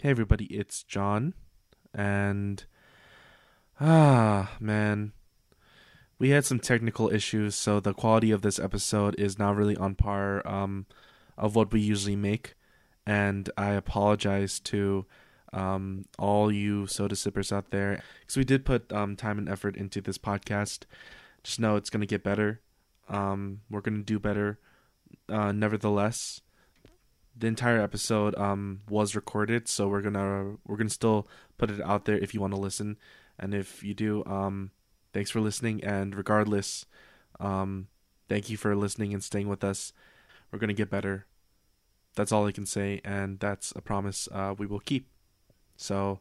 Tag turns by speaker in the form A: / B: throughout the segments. A: Hey everybody, it's John, and ah man, we had some technical issues, so the quality of this episode is not really on par um, of what we usually make, and I apologize to um, all you soda sippers out there because we did put um, time and effort into this podcast. Just know it's gonna get better. Um, we're gonna do better. Uh, nevertheless, the entire episode um was recorded so we're gonna we're gonna still put it out there if you want to listen and if you do um thanks for listening and regardless um thank you for listening and staying with us we're gonna get better that's all i can say and that's a promise uh we will keep so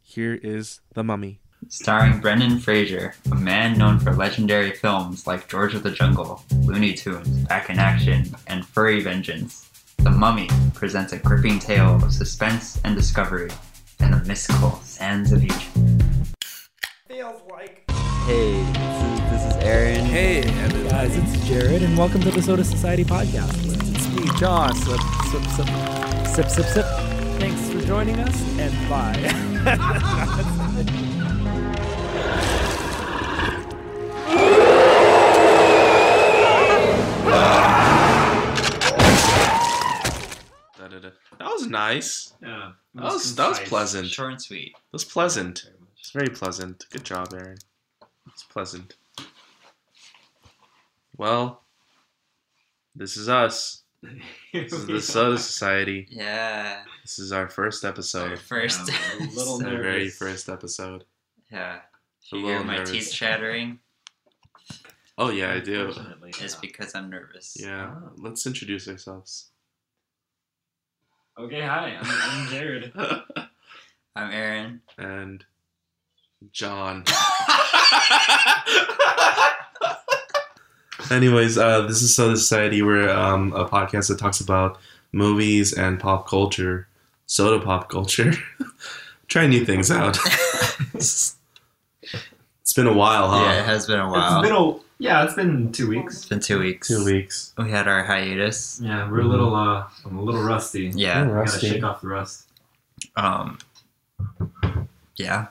A: here is the mummy
B: Starring Brendan Fraser, a man known for legendary films like George of the Jungle, Looney Tunes, Back in Action, and Furry Vengeance, The Mummy presents a gripping tale of suspense and discovery in the mystical sands of Egypt.
C: Feels like.
D: Hey, this is, this is Aaron.
E: Hey, and
C: Guys, it's Jared, and welcome to the Soda Society podcast. It's me, John. Sip, sip, sip, sip, sip, sip. Thanks for joining us, and bye.
A: that was nice
B: Yeah,
A: That was- that was pleasant.
B: Short and sweet.
A: it was pleasant it's very pleasant good job aaron it's pleasant well this is us This is the Soda Society.
B: Yeah,
A: This is our first
B: our
A: episode.
B: first.
E: I'm a little
A: Our very
E: nervous.
A: first episode.
B: yeah,
A: A
B: you hear
A: little
B: my
A: nervous.
B: teeth chattering?
A: Oh yeah, I do.
E: Unfortunately,
B: It's
E: yeah.
B: because I'm nervous.
A: Yeah. Let's introduce ourselves.
E: Okay, hi, I'm, I'm Jared.
B: I'm Aaron.
A: and John. Anyways, uh, this is Soda Society. We're um, a podcast that talks about movies and pop culture, soda pop culture. Try new things out. it's been a while, huh?
B: Yeah, it has been a while.
E: It's been a yeah, it's been two
B: It's
E: weeks.
B: been two weeks.
A: Two weeks.
B: We had our hiatus.
E: Yeah,
A: Mm-hmm.
E: we're a little uh, I'm a little rusty.
B: Yeah.
E: Gotta shake off the rust.
B: Um. Yeah.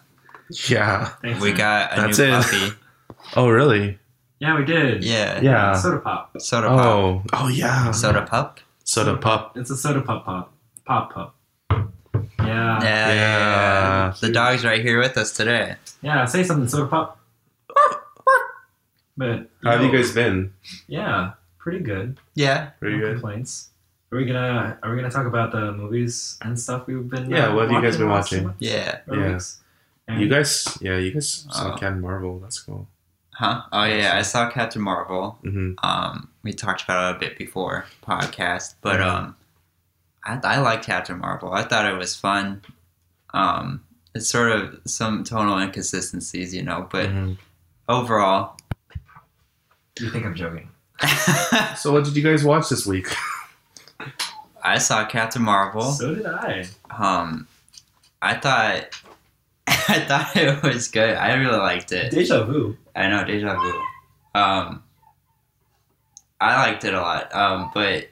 A: Yeah.
E: Thanks.
B: We
E: man.
B: got a
A: That's
B: new
A: it.
B: puppy.
A: Oh, really?
E: yeah, we did. Uh,
B: Yeah.
A: Yeah.
E: soda pop.
B: Soda pop.
A: Oh, oh yeah.
B: Soda pup.
A: Soda pop.
E: It's a soda pop pop pop pop. Yeah.
B: Yeah,
E: yeah.
B: yeah, yeah.
A: Yeah.
B: The dog's right here with us today.
E: Say something, soda pop. But
A: How have you
E: know,
A: guys been?
E: Yeah, pretty good.
B: Yeah.
A: Pretty
E: no
A: good.
E: complaints. Are we gonna Are we gonna talk about the movies and stuff we've been?
A: Yeah,
E: uh,
A: what have you guys
E: watching
A: been
E: the last few
A: watching?
E: months
B: Yeah.
E: or
A: Yeah.
E: weeks? And-
A: You guys, yeah, you guys saw
B: Oh.
A: Captain Marvel. That's cool.
B: Huh? Oh yeah. I saw Captain Marvel.
A: hmm
B: Um, we talked about it a bit before podcast, but
A: Mhm.
B: um, I I like Captain Marvel. I thought it was fun. Um, it's sort of some tonal inconsistencies, you know, but
A: Mm-hmm.
B: overall.
E: You think I'm joking?
A: So, what did you guys watch this week?
B: I saw Captain Marvel.
E: So did I.
B: Um, I thought, I thought it was good. I really liked it.
E: Deja vu.
B: I know deja vu. Um, I liked it a lot. Um, but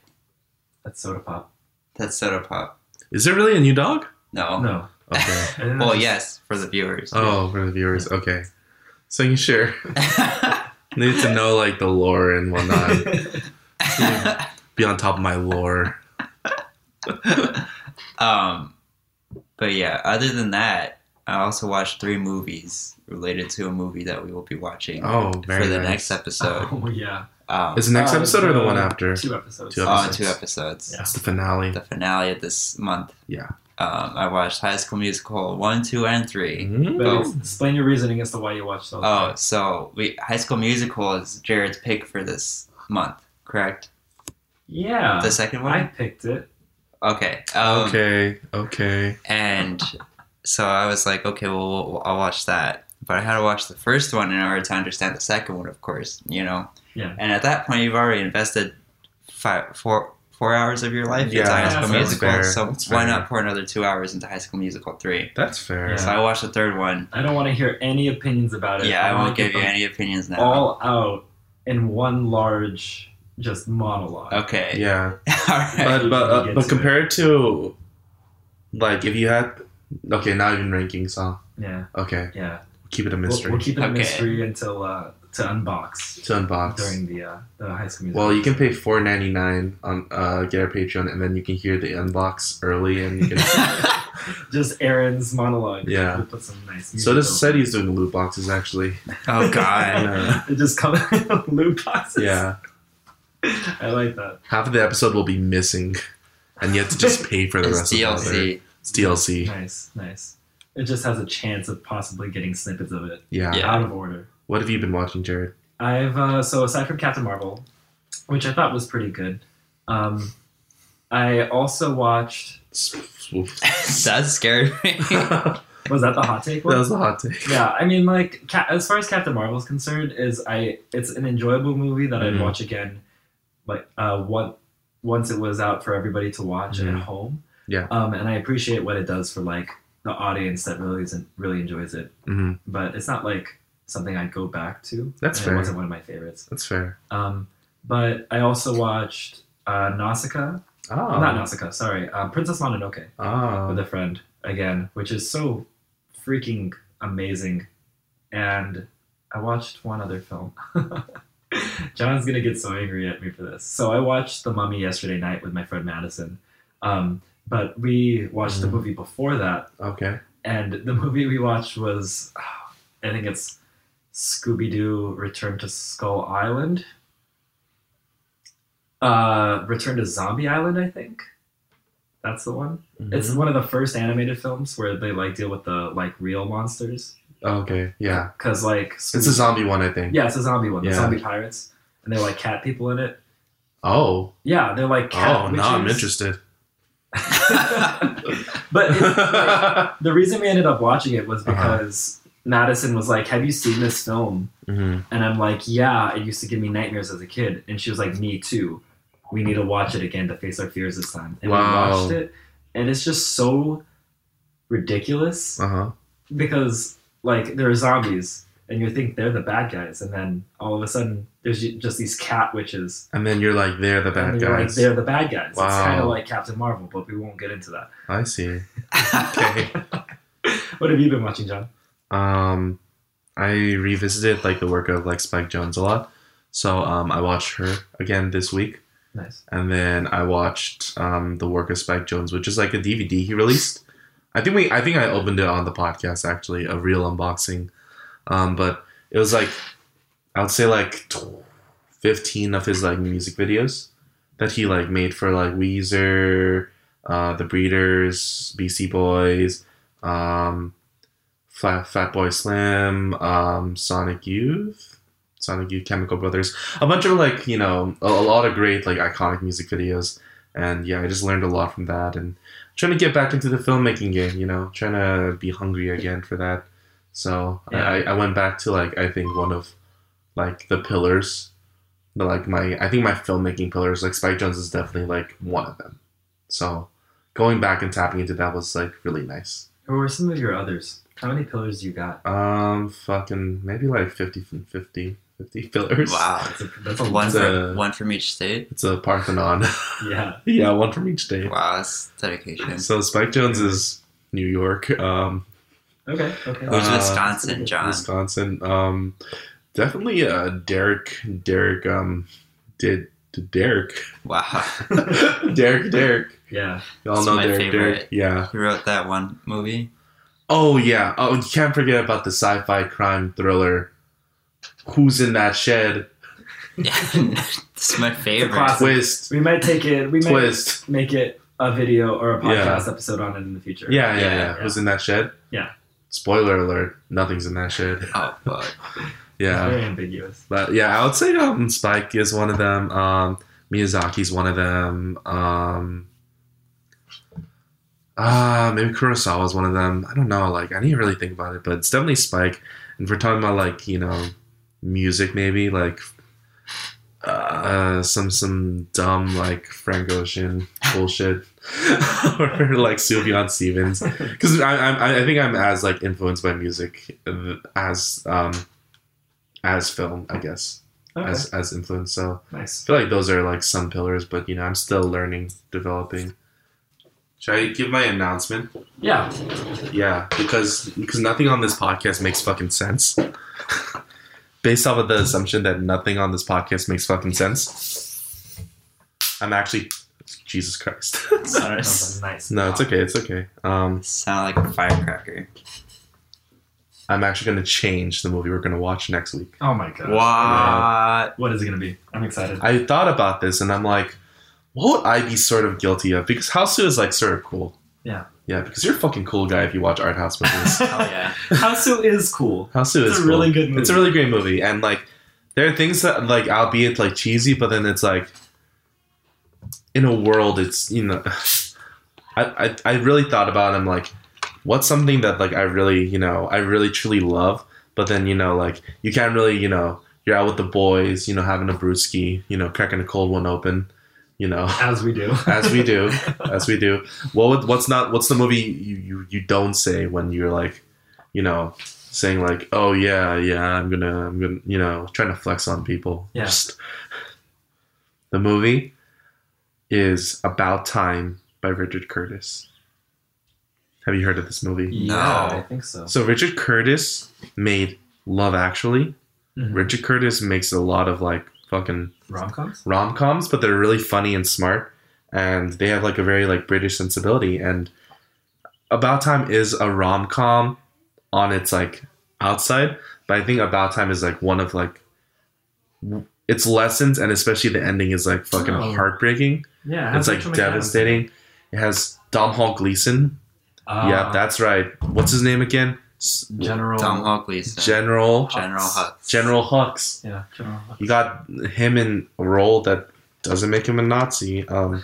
E: That's soda pop.
B: that's soda pop.
A: Is there really a new dog?
B: No.
E: No.
A: Okay.
E: And then
B: Well, Oh.
E: there's-
B: yes, for the viewers.
A: oh, for the viewers. Okay. So you sure need to know like the lore and whatnot. Be on top of my lore.
B: um, but yeah. Other than that, I also watched three movies related to a movie that we will be watching
A: Oh, very
B: for the
A: nice.
B: next episode.
E: Oh yeah.
B: Um,
A: Is the next
E: Uh,
A: episode or the
E: uh,
A: one after?
E: Two episodes.
A: Two
B: oh,
A: episodes.
B: two episodes.
A: It's the finale.
B: the finale of this month.
A: Yeah.
B: Um, I watched High School Musical one, two, and three.
A: Mhm.
E: But
B: Oh.
E: ex- explain your reasoning as to why you watched those.
B: Oh, so we High School Musical is Jared's pick for this month, correct?
E: yeah.
B: The second
E: I
B: one.
E: picked it.
B: Okay. Um,
A: Uh, okay. Okay.
B: And so I was like, okay, well, well, I'll watch that. But I had to watch the first one in order to understand the second one, of course. You know.
E: Yeah.
B: And at that point, you've already invested five, four, four hours of your life
A: Yeah,
B: into High School
E: that's
B: Musical.
A: fair.
B: So
A: That's
B: why
A: fair.
B: not pour another two hours into High School Musical three?
A: That's fair.
E: Yeah.
B: So I watched the third one.
E: I don't want to hear any opinions about it.
B: Yeah, I
E: wanna
B: won't give you
E: them
B: any opinions now.
E: all out in one large just monologue.
B: okay.
A: Yeah.
B: All right.
A: But but
E: Get
A: uh, but
E: to
A: compared to Like if you had okay, not even rankings, huh?
E: Yeah,
A: Okay,
E: yeah.
A: keep it a
E: We'll-
A: mystery
E: We'll, keep it a
B: Okay.
E: mystery until uh, to unbox
A: to unbox.
E: during the uh, the high school music.
A: Well, you can pay four ninety nine on uh, get our Patreon, and then you can hear the unbox early, and you can.
E: just Aaron's monologue.
A: Yeah.
E: We'll put some nice.
A: so
E: music
A: this
E: over.
A: said he's doing loot boxes actually.
B: oh God.
A: Yeah.
E: it just comes loot boxes.
A: uh, Yeah,
E: I like that.
A: half of the episode will be missing, and you have to just pay for the
B: It's
A: rest of the other.
B: DLC.
A: It's DLC.
E: Nice, nice. It just has a chance of possibly getting snippets of it
A: Yeah.
B: Yeah.
E: out of order.
A: What have you been watching, Jared?
E: I've uh, so aside from Captain Marvel, which I thought was pretty good. Um, I also watched.
B: that scared me.
A: that
E: Was that the hot take? One?
A: was a hot take.
E: yeah, I mean, like Ca- as far as Captain Marvel is concerned, is I it's an enjoyable movie that I'd
A: Mhm.
E: watch again, like uh, what once it was out for everybody to watch and
A: Mhm.
E: at home.
A: Yeah.
E: Um, and I appreciate what it does for like the audience that really isn't really enjoys it,
A: hmm
E: but it's not like something I'd go back to.
A: That's
E: and
A: fair.
E: It wasn't one of my favorites.
A: That's fair.
E: Um, but I also watched uh, Nausicaa.
A: Oh,
E: Not Nausicaa. Sorry, uh, Princess Mononoke with
A: oh.
E: a friend again, which is so freaking amazing. And I watched one other film. John's gonna get so angry at me for this. So I watched The Mummy yesterday night with my friend Madison. Um, but we watched the
A: Mm.
E: movie before that,
A: Okay.
E: and the movie we watched was, I think it's Scooby Doo Return to Skull Island. Uh, Return to Zombie Island, I think. That's the one. It's
A: Mm-hmm.
E: one of the first animated films where they like deal with the like real monsters.
A: okay. Yeah.
E: Cause like
A: It's a zombie one, I think.
E: yeah, it's a zombie one. The
A: Yeah.
E: zombie pirates, and they're like cat people in it.
A: Oh.
E: Yeah, they're like cat
A: oh, now I'm
E: witches.
A: interested.
E: but it- like, the reason we ended up watching it was
A: Uh-huh.
E: because Madison was like, "Have you seen this film?"
A: Mhm.
E: And I'm like, "Yeah, it used to give me nightmares as a kid." And she was like, "Me too. We need to watch it again to face our fears this time." And
A: Wow.
E: we watched it, and it's just so ridiculous.
A: Uh-huh.
E: because like there are zombies and you think they're the bad guys and then all of a sudden there's ju- just these cat witches
A: And then you're like, they're the bad
E: and you're like
A: guys.
E: they're the bad guys it's
A: Wow.
E: kind of like captain marvel but we won't get into that
A: I see. Okay.
E: what have you been watching john
A: um, I revisited like the work of like Spike Jones a lot. So um, I watched her again this week,
E: nice
A: and then I watched um, the work of Spike Jones, which is like a DVD he released. I think we, I think I opened it on the podcast actually, a real unboxing. Um, but it was like, I would say like tw- fifteen of his like music videos that he like made for like Weezer, uh, The Breeders, BC Boys, um, Fat Fatboy Slim, um, Sonic Youth, Sonic Youth, Chemical Brothers, a bunch of like you know a, a lot of great like iconic music videos, and yeah, I just learned a lot from that, and trying to get back into the filmmaking game, you know, trying to be hungry again for that. So I I, I went back to like I think one of like the pillars, but like my I think my filmmaking pillars like Spike Jones is definitely like one of them. So going back and tapping into that was like really nice.
E: who are some of your others how many pillars do you got
A: Um, fucking maybe like 50, 50, 50 fillers.
B: wow.
E: that's a, that's a
B: One,
A: It's
B: from,
A: a-
B: one from each state.
A: It's a Parthenon.
E: yeah
A: yeah, one from each day.
B: Wow, that's dedication.
A: So Spike Jones is New York, um,
E: okay okay
B: Who's
A: Uh,
B: Wisconsin, John?
A: Wisconsin. Um, definitely uh, Derek. Derek. Um, did Derek.
B: Wow.
A: Derek. Derek.
E: yeah
A: Y'all
B: It's
A: know
B: my
A: Derek.
B: favorite.
A: Derek. Yeah.
B: Who wrote that one movie?
A: Oh yeah. Oh, you can't forget about the sci-fi crime thriller. Who's in that shed?
B: Yeah, it's my favorite.
E: classic.
A: Twist.
E: we might take it we might
A: Twist.
E: make it a video or a
A: Yeah.
E: podcast episode on it in the future
A: Yeah, yeah,
B: Yeah,
A: yeah.
E: yeah.
A: Who's in that shed?
E: Yeah.
A: Spoiler alert: Nothing's in that shed.
B: Oh, fuck.
A: Yeah,
E: very ambiguous
A: but yeah, I would say um, Spike is one of them. Um, Miyazaki's one of them. Um, uh, maybe Kurosawa's one of them. I don't know. Like, I need to really think about it, but it's definitely Spike. And if we're talking about like you know, music maybe like. Uh, some some dumb like Frank Ocean bullshit, or like Sylvian Stevens because I, I I think I'm as like influenced by music uh, as um as film I guess
E: okay
A: as as influence so I
E: nice
A: feel like those are like some pillars but you know I'm still learning developing Should I give my announcement?
E: Yeah.
A: Yeah, because because nothing on this podcast makes fucking sense. Based off of the assumption that nothing on this podcast makes fucking sense, I'm actually Jesus Christ.
B: Sorry.
E: That was a nice.
A: no, it's okay. It's okay. Um,
B: Sound like a firecracker.
A: I'm actually gonna change the movie we're gonna watch next week.
E: Oh my god.
B: What?
E: What is it gonna be? I'm excited.
A: I thought about this and I'm like, what would I be sort of guilty of? Because House Sue is like sort of cool.
E: Yeah.
A: Yeah, because you're a fucking cool guy if you watch art house movies.
B: Hell yeah.
E: Houseu is cool.
A: House Sue
E: It's
A: is
E: a
A: cool.
E: really good movie.
A: It's a really great movie, and like there are things that like albeit like cheesy, but then it's like in a world it's you know I, I I really thought about it, I'm like what's something that like I really you know I really truly love, but then you know like you can't really you know you're out with the boys you know having a brewski you know cracking a cold one open you know
E: As we do.
A: as we do, as we do. What would, what's not? What's the movie you, you you don't say when you're like, you know, saying like, oh yeah, yeah, I'm gonna, I'm gonna, you know, trying to flex on people.
E: Yeah.
A: Just- the movie is About Time by Richard Curtis. Have you heard of this movie?
E: Yeah, I think so.
A: So Richard Curtis made Love Actually.
E: Mhm.
A: Richard Curtis makes a lot of like fucking
E: Rom coms?
A: rom coms, but they're really funny and smart, and they have like a very like British sensibility. And About Time is a rom com on its like outside, but I think About Time is like one of like w- its lessons, and especially the ending is like fucking
E: Oh.
A: heartbreaking.
E: Yeah. it
A: It's
E: has
A: like
E: Rachel McAdams.
A: devastating. It has Dom Hall Gleason.
E: Uh,
A: yeah, that's right. What's his name again? S-
E: General.
B: Tom Hawkleys.
A: General
B: General Hux.
A: General Hux.
E: yeah, General.
A: You got him in a role that doesn't make him a Nazi. Um,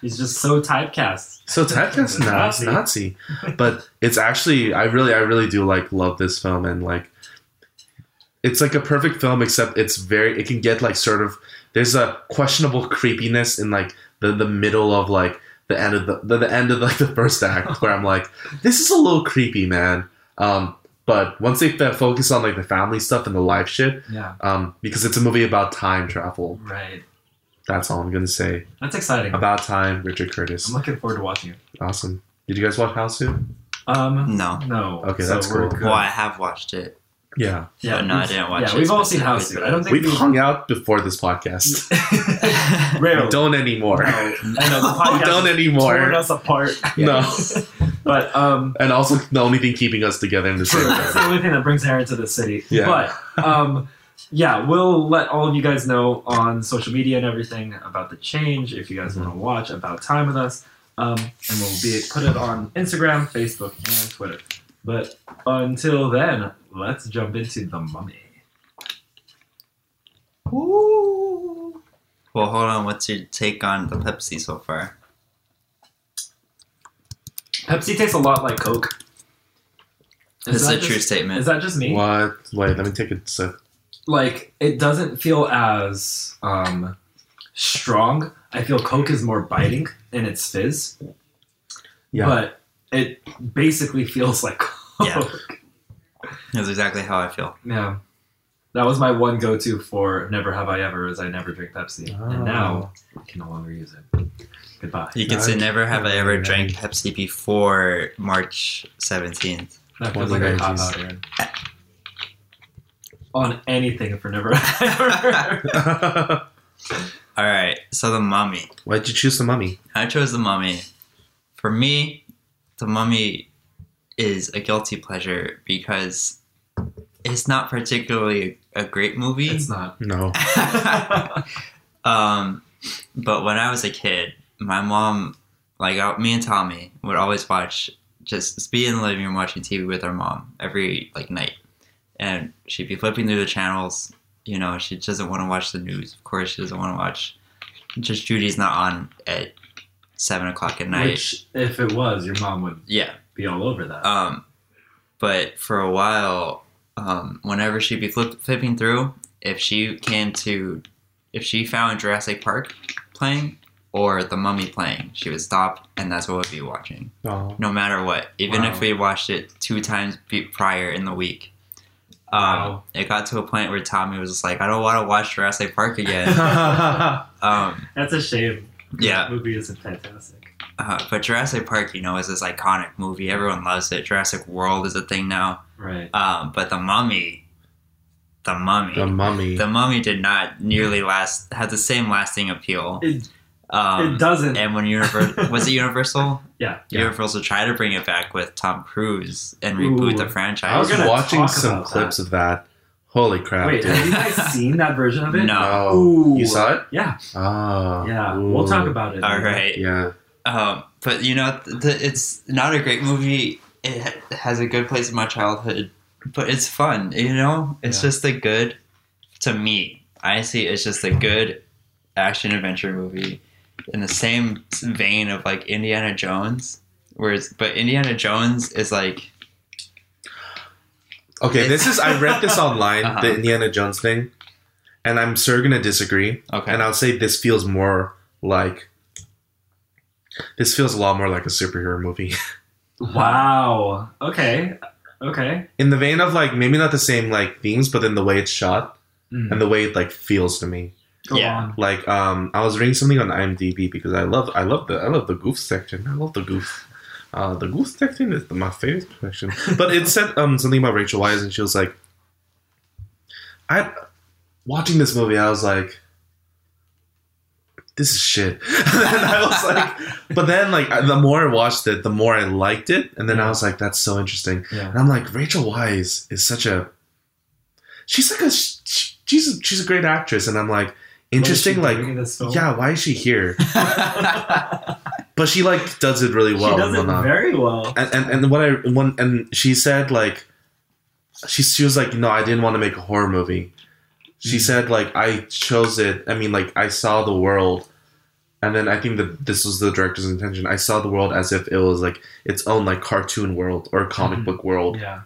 E: He's just so typecast.
A: So Tekken now it's Nazi, but it's actually I really I really do like love this film and like it's like a perfect film except it's very it can get like sort of there's a questionable creepiness in like the the middle of like the end of the the, the end of like the first act where I'm like this is a little creepy man um but once they f- focus on like the family stuff and the life shit
E: Yeah.
A: um because it's a movie about time travel
E: Right.
A: that's all I'm gonna say
E: That's exciting.
A: about time Richard Curtis
E: I'm looking forward to watching it.
A: awesome did you guys watch House Suit?
E: Um,
B: No.
E: no.
A: Okay,
E: so
A: that's
E: we're
A: cool.
E: good.
B: Well, I have watched it.
A: Yeah.
E: Yeah,
B: but Oh, no, I
E: we've-
B: didn't watch
E: yeah,
B: it.
E: we've all seen
B: specifically,
E: House. I don't think
A: We've hung out before this podcast.
E: Rarely.
A: We don't anymore.
E: No, no, the
A: We
E: podcast
A: don't
E: has torn
A: anymore.
E: us apart.
A: No.
E: but um,
A: And also the only thing keeping us together in the
E: true.
A: same
E: That's the
A: room.
E: only thing that brings Aaron to the city.
A: Yeah.
E: But um, yeah, we'll let all of you guys know on social media and everything about the change. If you guys want to watch about time with us, um, and we'll be put it on Instagram, Facebook, and Twitter. But until then, let's jump into the mummy.
B: Well, hold on. What's your take on the Pepsi so far?
E: Pepsi tastes a lot like Coke.
B: this is a
E: that
B: true
E: just-
B: statement.
E: Is that just me?
A: What? Wait, let me take a sip.
E: like it doesn't feel as um strong. I feel Coke is more biting in its fizz,
A: Yeah.
E: but it basically feels like Coke.
B: Yeah. That's exactly how I feel.
E: Yeah. That was my one go-to for never have I ever is I never drink Pepsi,
B: Ah.
E: and now I can no longer use it. Goodbye.
B: You can say
A: I-
B: never have I
A: I-
B: ever drank Pepsi before March 17th.
E: That feels like a cop out Aaron. on anything for never have I ever.
B: All right. So the mummy.
A: Why'd you choose the mummy?
B: I chose the mummy. For me, the mummy is a guilty pleasure because it's not particularly a great movie.
E: it's not.
A: No.
B: um, but when I was a kid, my mom, like I, me and Tommy, would always watch just, just be in the living room watching TV with our mom every like night, and she'd be flipping through the channels. You know, she doesn't want to watch the news. Of course, she doesn't want to watch. Just Judy's not on at seven o'clock at night.
E: Which, if it was, your mom would
B: yeah,
E: be all over that.
B: um, but for a while, um, whenever she'd be flip, flipping through, if she came to, if she found Jurassic Park playing or The Mummy playing, she would stop, and that's what we'd be watching,
A: No.
B: no matter what. Even
E: Wow.
B: if we watched it two times be- prior in the week. Um,
E: Wow.
B: It got to a point where Tommy was just like, "I don't want to watch Jurassic Park again." um,
E: That's a shame.
B: Yeah.
E: That movie isn't fantastic.
B: Uh, but Jurassic Park, you know, is this iconic movie. Everyone loves it. Jurassic World is a thing now.
E: Right.
B: Um, but the Mummy, the Mummy,
A: The Mummy.
B: The Mummy did not nearly last had the same lasting appeal.
E: It,
B: Um,
E: it doesn't.
B: and when Universal was it Universal,
E: yeah.
B: Universal tried to bring it back with Tom Cruise and
E: Ooh.
B: reboot the
A: I
B: franchise.
A: was
E: We're gonna
A: watching
E: talk
A: some
E: about
A: clips of that. Holy crap!
E: Wait,
A: dude.
E: have you guys seen that version of it?
B: No.
A: Oh,
E: Ooh.
A: you saw it?
E: Yeah.
A: Oh,
E: Yeah. We'll talk
A: Ooh.
E: about it.
B: All right.
A: Yeah,
B: Um, but you know, th- th- it's not a great movie. It ha- has a good place in my childhood, but it's fun. You know, it's
E: Yeah.
B: just the good. To me, I see it's just a good action adventure movie in the same vein of like Indiana Jones. Whereas, but Indiana Jones is like
A: Okay, this is. I read this online,
B: Uh-huh.
A: the Indiana Jones thing, and I'm sure gonna disagree.
B: okay,
A: And I'll say this feels more like. This feels a lot more like a superhero movie.
E: Wow. Okay. Okay.
A: In the vein of like maybe not the same like themes, but then the way it's shot
E: Mm.
A: and the way it like feels to me.
E: Go
B: Hmm. Yeah.
E: on.
A: Like um, I was reading something on IMDb because I love I love the I love the goof section. I love the goof. Uh, the goof section is my favorite section. But it said um something about Rachel Wise, and she was like, I watching this movie, I was like, this is shit. and I was like, but then like I- the more I watched it, the more I liked it, and then I was like, that's so interesting.
E: Yeah.
A: And I'm like, Rachel Wise is such a. She's like a. sh- She's a, she's a great actress, and I'm like, interesting.
E: What is she
A: Like,
E: doing in this film?
A: yeah, why is she here? but she like does it really
E: She
A: well.
E: does
A: and
E: it
A: whatnot.
E: very well.
A: and, and and what I when and she said like, she she was like, no, I didn't want to make a horror movie. She
E: Hmm.
A: said like, I chose it. I mean, like, I saw the world. And then I think that this was the director's intention. I saw the world as if it was like its own like cartoon world or comic
E: Mhm.
A: book world
E: Yeah.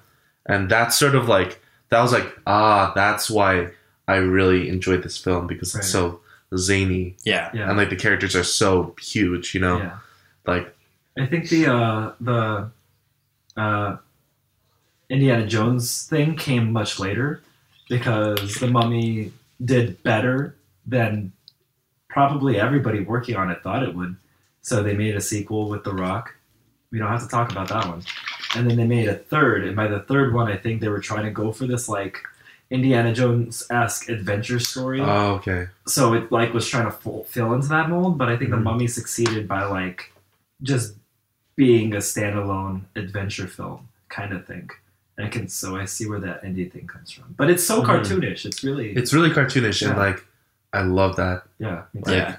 A: and that's sort of like that was like ah that's why i really enjoyed this film because it's so zany
B: yeah,
E: Yeah.
A: and like the characters are so huge you know
E: Yeah.
A: like
E: I think the uh, the uh, Indiana Jones thing came much later because the Mummy did better than probably everybody working on it thought it would. So they made a sequel with The Rock. We don't have to talk about that one. And then they made a third, and by the third one, I think they were trying to go for this like Indiana Jones esque adventure story
A: oh okay
E: so it like was trying to full, fill into that mold but i think
A: Mhm.
E: the mummy succeeded by like just being a standalone adventure film kind of thing and i can so i see where that indie thing comes from but it's so
A: Mhm.
E: cartoonish it's really
A: it's really cartoonish and
E: Yeah.
A: like i love that
E: yeah me too.
A: like
B: Yeah.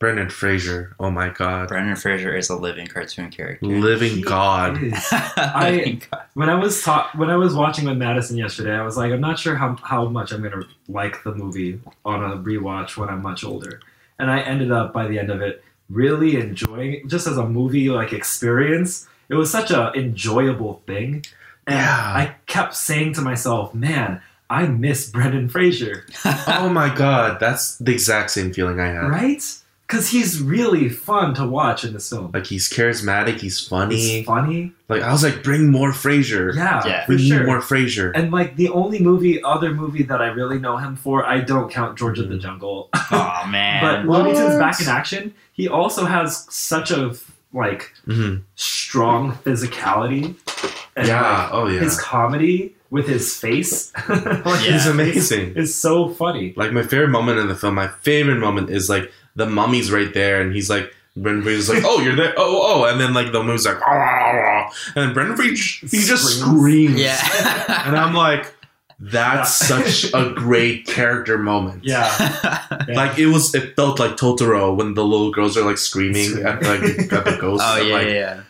A: brendan fraser oh my god
B: Brendan Fraser is a living cartoon character.
A: living
E: He
A: god
E: is.
B: Living God.
E: when i was ta- when i was watching with madison yesterday i was like i'm not sure how, how much i'm gonna like the movie on a rewatch when i'm much older and i ended up by the end of it really enjoying it just as a movie like experience it was such a enjoyable thing and
A: Yeah.
E: i kept saying to myself man i miss brendan fraser
A: oh my god that's the exact same feeling i had
E: right because he's really fun to watch in this film
A: like he's charismatic he's funny
E: he's funny
A: like i was like bring more fraser
E: yeah,
B: Yeah.
E: for
A: we need
E: sure
A: more fraser
E: And like the only movie, other movie that I really know him for, I don't count George
A: Mm.
E: of the Jungle,
B: Oh
E: but
B: man.
E: Looney Tunes
A: What?
E: Back in Action. He also has such a like
A: Mhm.
E: strong physicality. And
A: yeah
E: like,
A: oh yeah
E: his comedy with his face like,
B: Yeah.
A: he's amazing
E: is so funny.
A: Like my favorite moment in the film, my favorite moment is like the mummy's right there, and he's like Brendan Fraser's like, "Oh, you're there! Oh, oh!" And then like the mummy's like, "Ah, ah, ah." and then Brendan Fraser he just
E: Screams.
A: screams,
B: yeah.
A: and I'm like, "That's
E: Yeah.
A: such a great character moment."
E: Yeah, yeah.
A: Like it was, it felt like Totoro when the little girls are like screaming at like at the ghosts.
B: oh
A: I'm
B: yeah,
A: like,
B: yeah.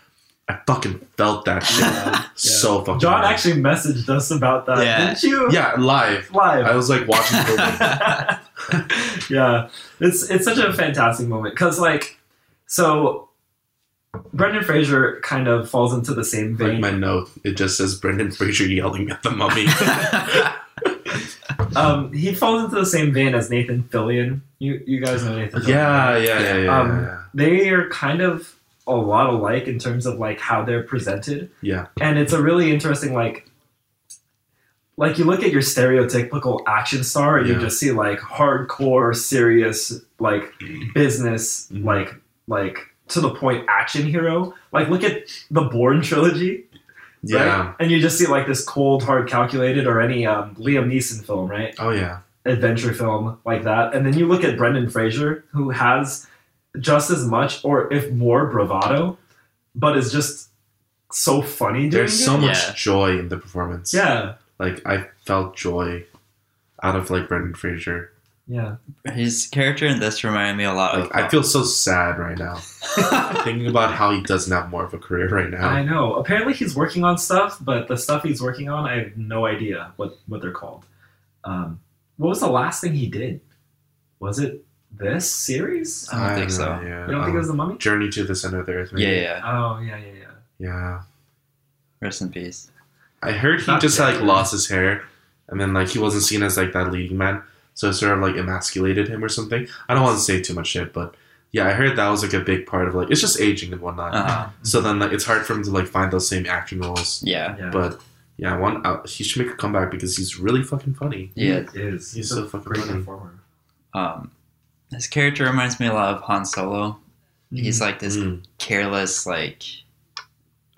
A: I fucking felt that shit
E: Yeah.
A: so fucking.
E: John
A: hard.
E: actually messaged us about that,
B: Yeah.
E: didn't you?
A: yeah, Uh, live.
E: live.
A: I was like watching the movie.
E: yeah, it's it's such a fantastic moment because like, so Brendan Fraser kind of falls into the same
A: like
E: vein.
A: my note. It just says Brendan Fraser yelling at the mummy.
E: um, he falls into the same vein as Nathan Fillion. You you guys know Nathan? Fillion,
A: Yeah,
E: right?
A: yeah, yeah, yeah.
E: Um,
A: yeah.
E: They are kind of a lot alike in terms of like how they're presented.
A: Yeah.
E: and it's a really interesting like. Like you look at your stereotypical action star, and
A: Yeah.
E: you just see like hardcore, serious, like business,
A: Mhm.
E: like like to the point action hero. Like look at the Bourne trilogy, right?
A: Yeah.
E: And you just see like this cold, hard, calculated, or any um, Liam Neeson film, right?
A: Oh yeah.
E: adventure film like that. And then you look at Brendan Fraser, who has just as much or if more bravado, but is just so funny doing
A: There's
E: it.
A: so much
B: Yeah.
A: joy in the performance.
E: yeah,
A: Like I felt joy out of like Brendan Fraser.
E: yeah.
B: His character in this reminded me a lot of. uh,
A: Like I feel so sad right now, thinking about how he doesn't have more of a career right
E: I
A: now.
E: know. Apparently he's working on stuff, but the stuff he's working on, I have no idea what what they're called. Um, what was the last thing he did? Was it this series?
B: I don't think so.
A: know, yeah.
E: You don't think it was
A: Uh, Um,
E: the Mummy?
A: Journey to the Center of the Earth.
B: Yeah,
A: maybe?
B: yeah, yeah.
E: Oh yeah, yeah, yeah.
A: Yeah.
B: Rest in peace.
A: I heard he
E: Not
A: just
E: yet.
A: like lost his hair, and then like he wasn't seen as like that leading man, so it sort of like emasculated him or something. I don't want to say too much shit, but yeah, I heard that was like a big part of like it's just aging and whatnot.
B: Uh,
A: So then like it's hard for him to like find those same action roles.
B: yeah,
E: Yeah.
A: But yeah, one out, he should make a comeback because he's really fucking funny.
B: yeah.
E: He is.
A: He's
E: a
A: so fucking
E: great
A: funny.
E: performer.
B: Um, his character reminds me a lot of Han Solo. He's like this
A: Mm.
B: careless, like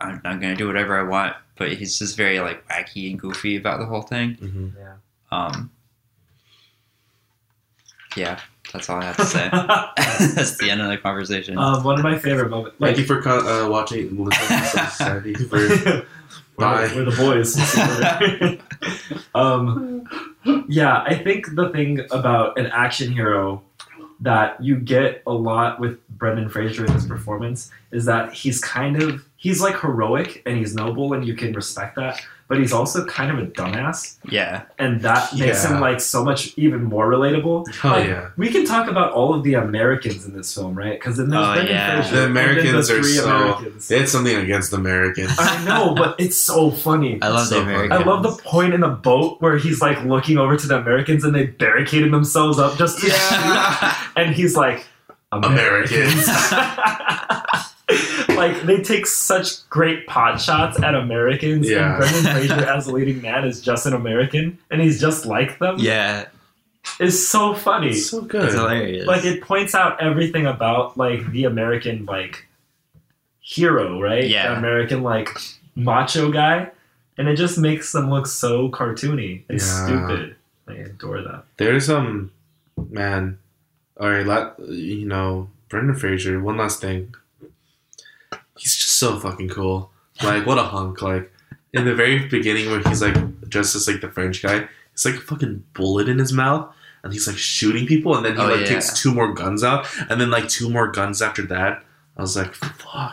B: I'm, I'm gonna do whatever I want, but he's just very like wacky and goofy about the whole thing.
A: Mhm.
E: Yeah.
B: Um, yeah, that's all I have to say. that's the end of the conversation.
E: Um, one of my favorite moments.
A: Thank you for co- uh, watching listening to Society for Bye.
E: We're, the- we're the boys. um, yeah, I think the thing about an action hero that you get a lot with Brendan Fraser in his performance is that he's kind of he's like heroic and he's noble and you can respect that, but he's also kind of a dumbass,
B: yeah,
E: and that makes
A: Yeah.
E: him like so much even more relatable.
A: Oh
E: Like,
A: yeah.
E: We can talk about all of the Americans in this film, right? Because then there's
B: Oh,
E: Brendan
B: yeah.
E: Fraser,
A: The
E: and then
A: Americans are
E: three
A: so-
E: Americans.
A: It's something against the Americans.
E: I know, but it's so funny.
B: I love
A: So
B: the
A: funny.
B: American.
E: I love the point in the boat where he's like looking over to the Americans and they barricaded themselves up just to shoot. And he's like,
A: Americans.
E: like they take such great pot shots at Americans.
A: Yeah.
E: And Brendan Fraser as the leading man is just an American and he's just like them.
B: yeah,
E: It's so funny.
A: It's so good.
B: it's hilarious.
E: like it points out everything about like the American like hero, right?
B: Yeah.
E: The American like macho guy, and it just makes them look so cartoony and
A: Yeah.
E: stupid. I adore that.
A: There's um, man, all right, la- you know Brendan Fraser. One last thing, he's just so fucking cool. Like what a hunk. Like in the very beginning where he's like dressed as like the French guy, it's like a fucking bullet in his mouth, and he's like shooting people, and then he
B: Oh,
A: like
B: yeah.
A: takes two more guns out, and then like two more guns after that. I was like, fuck,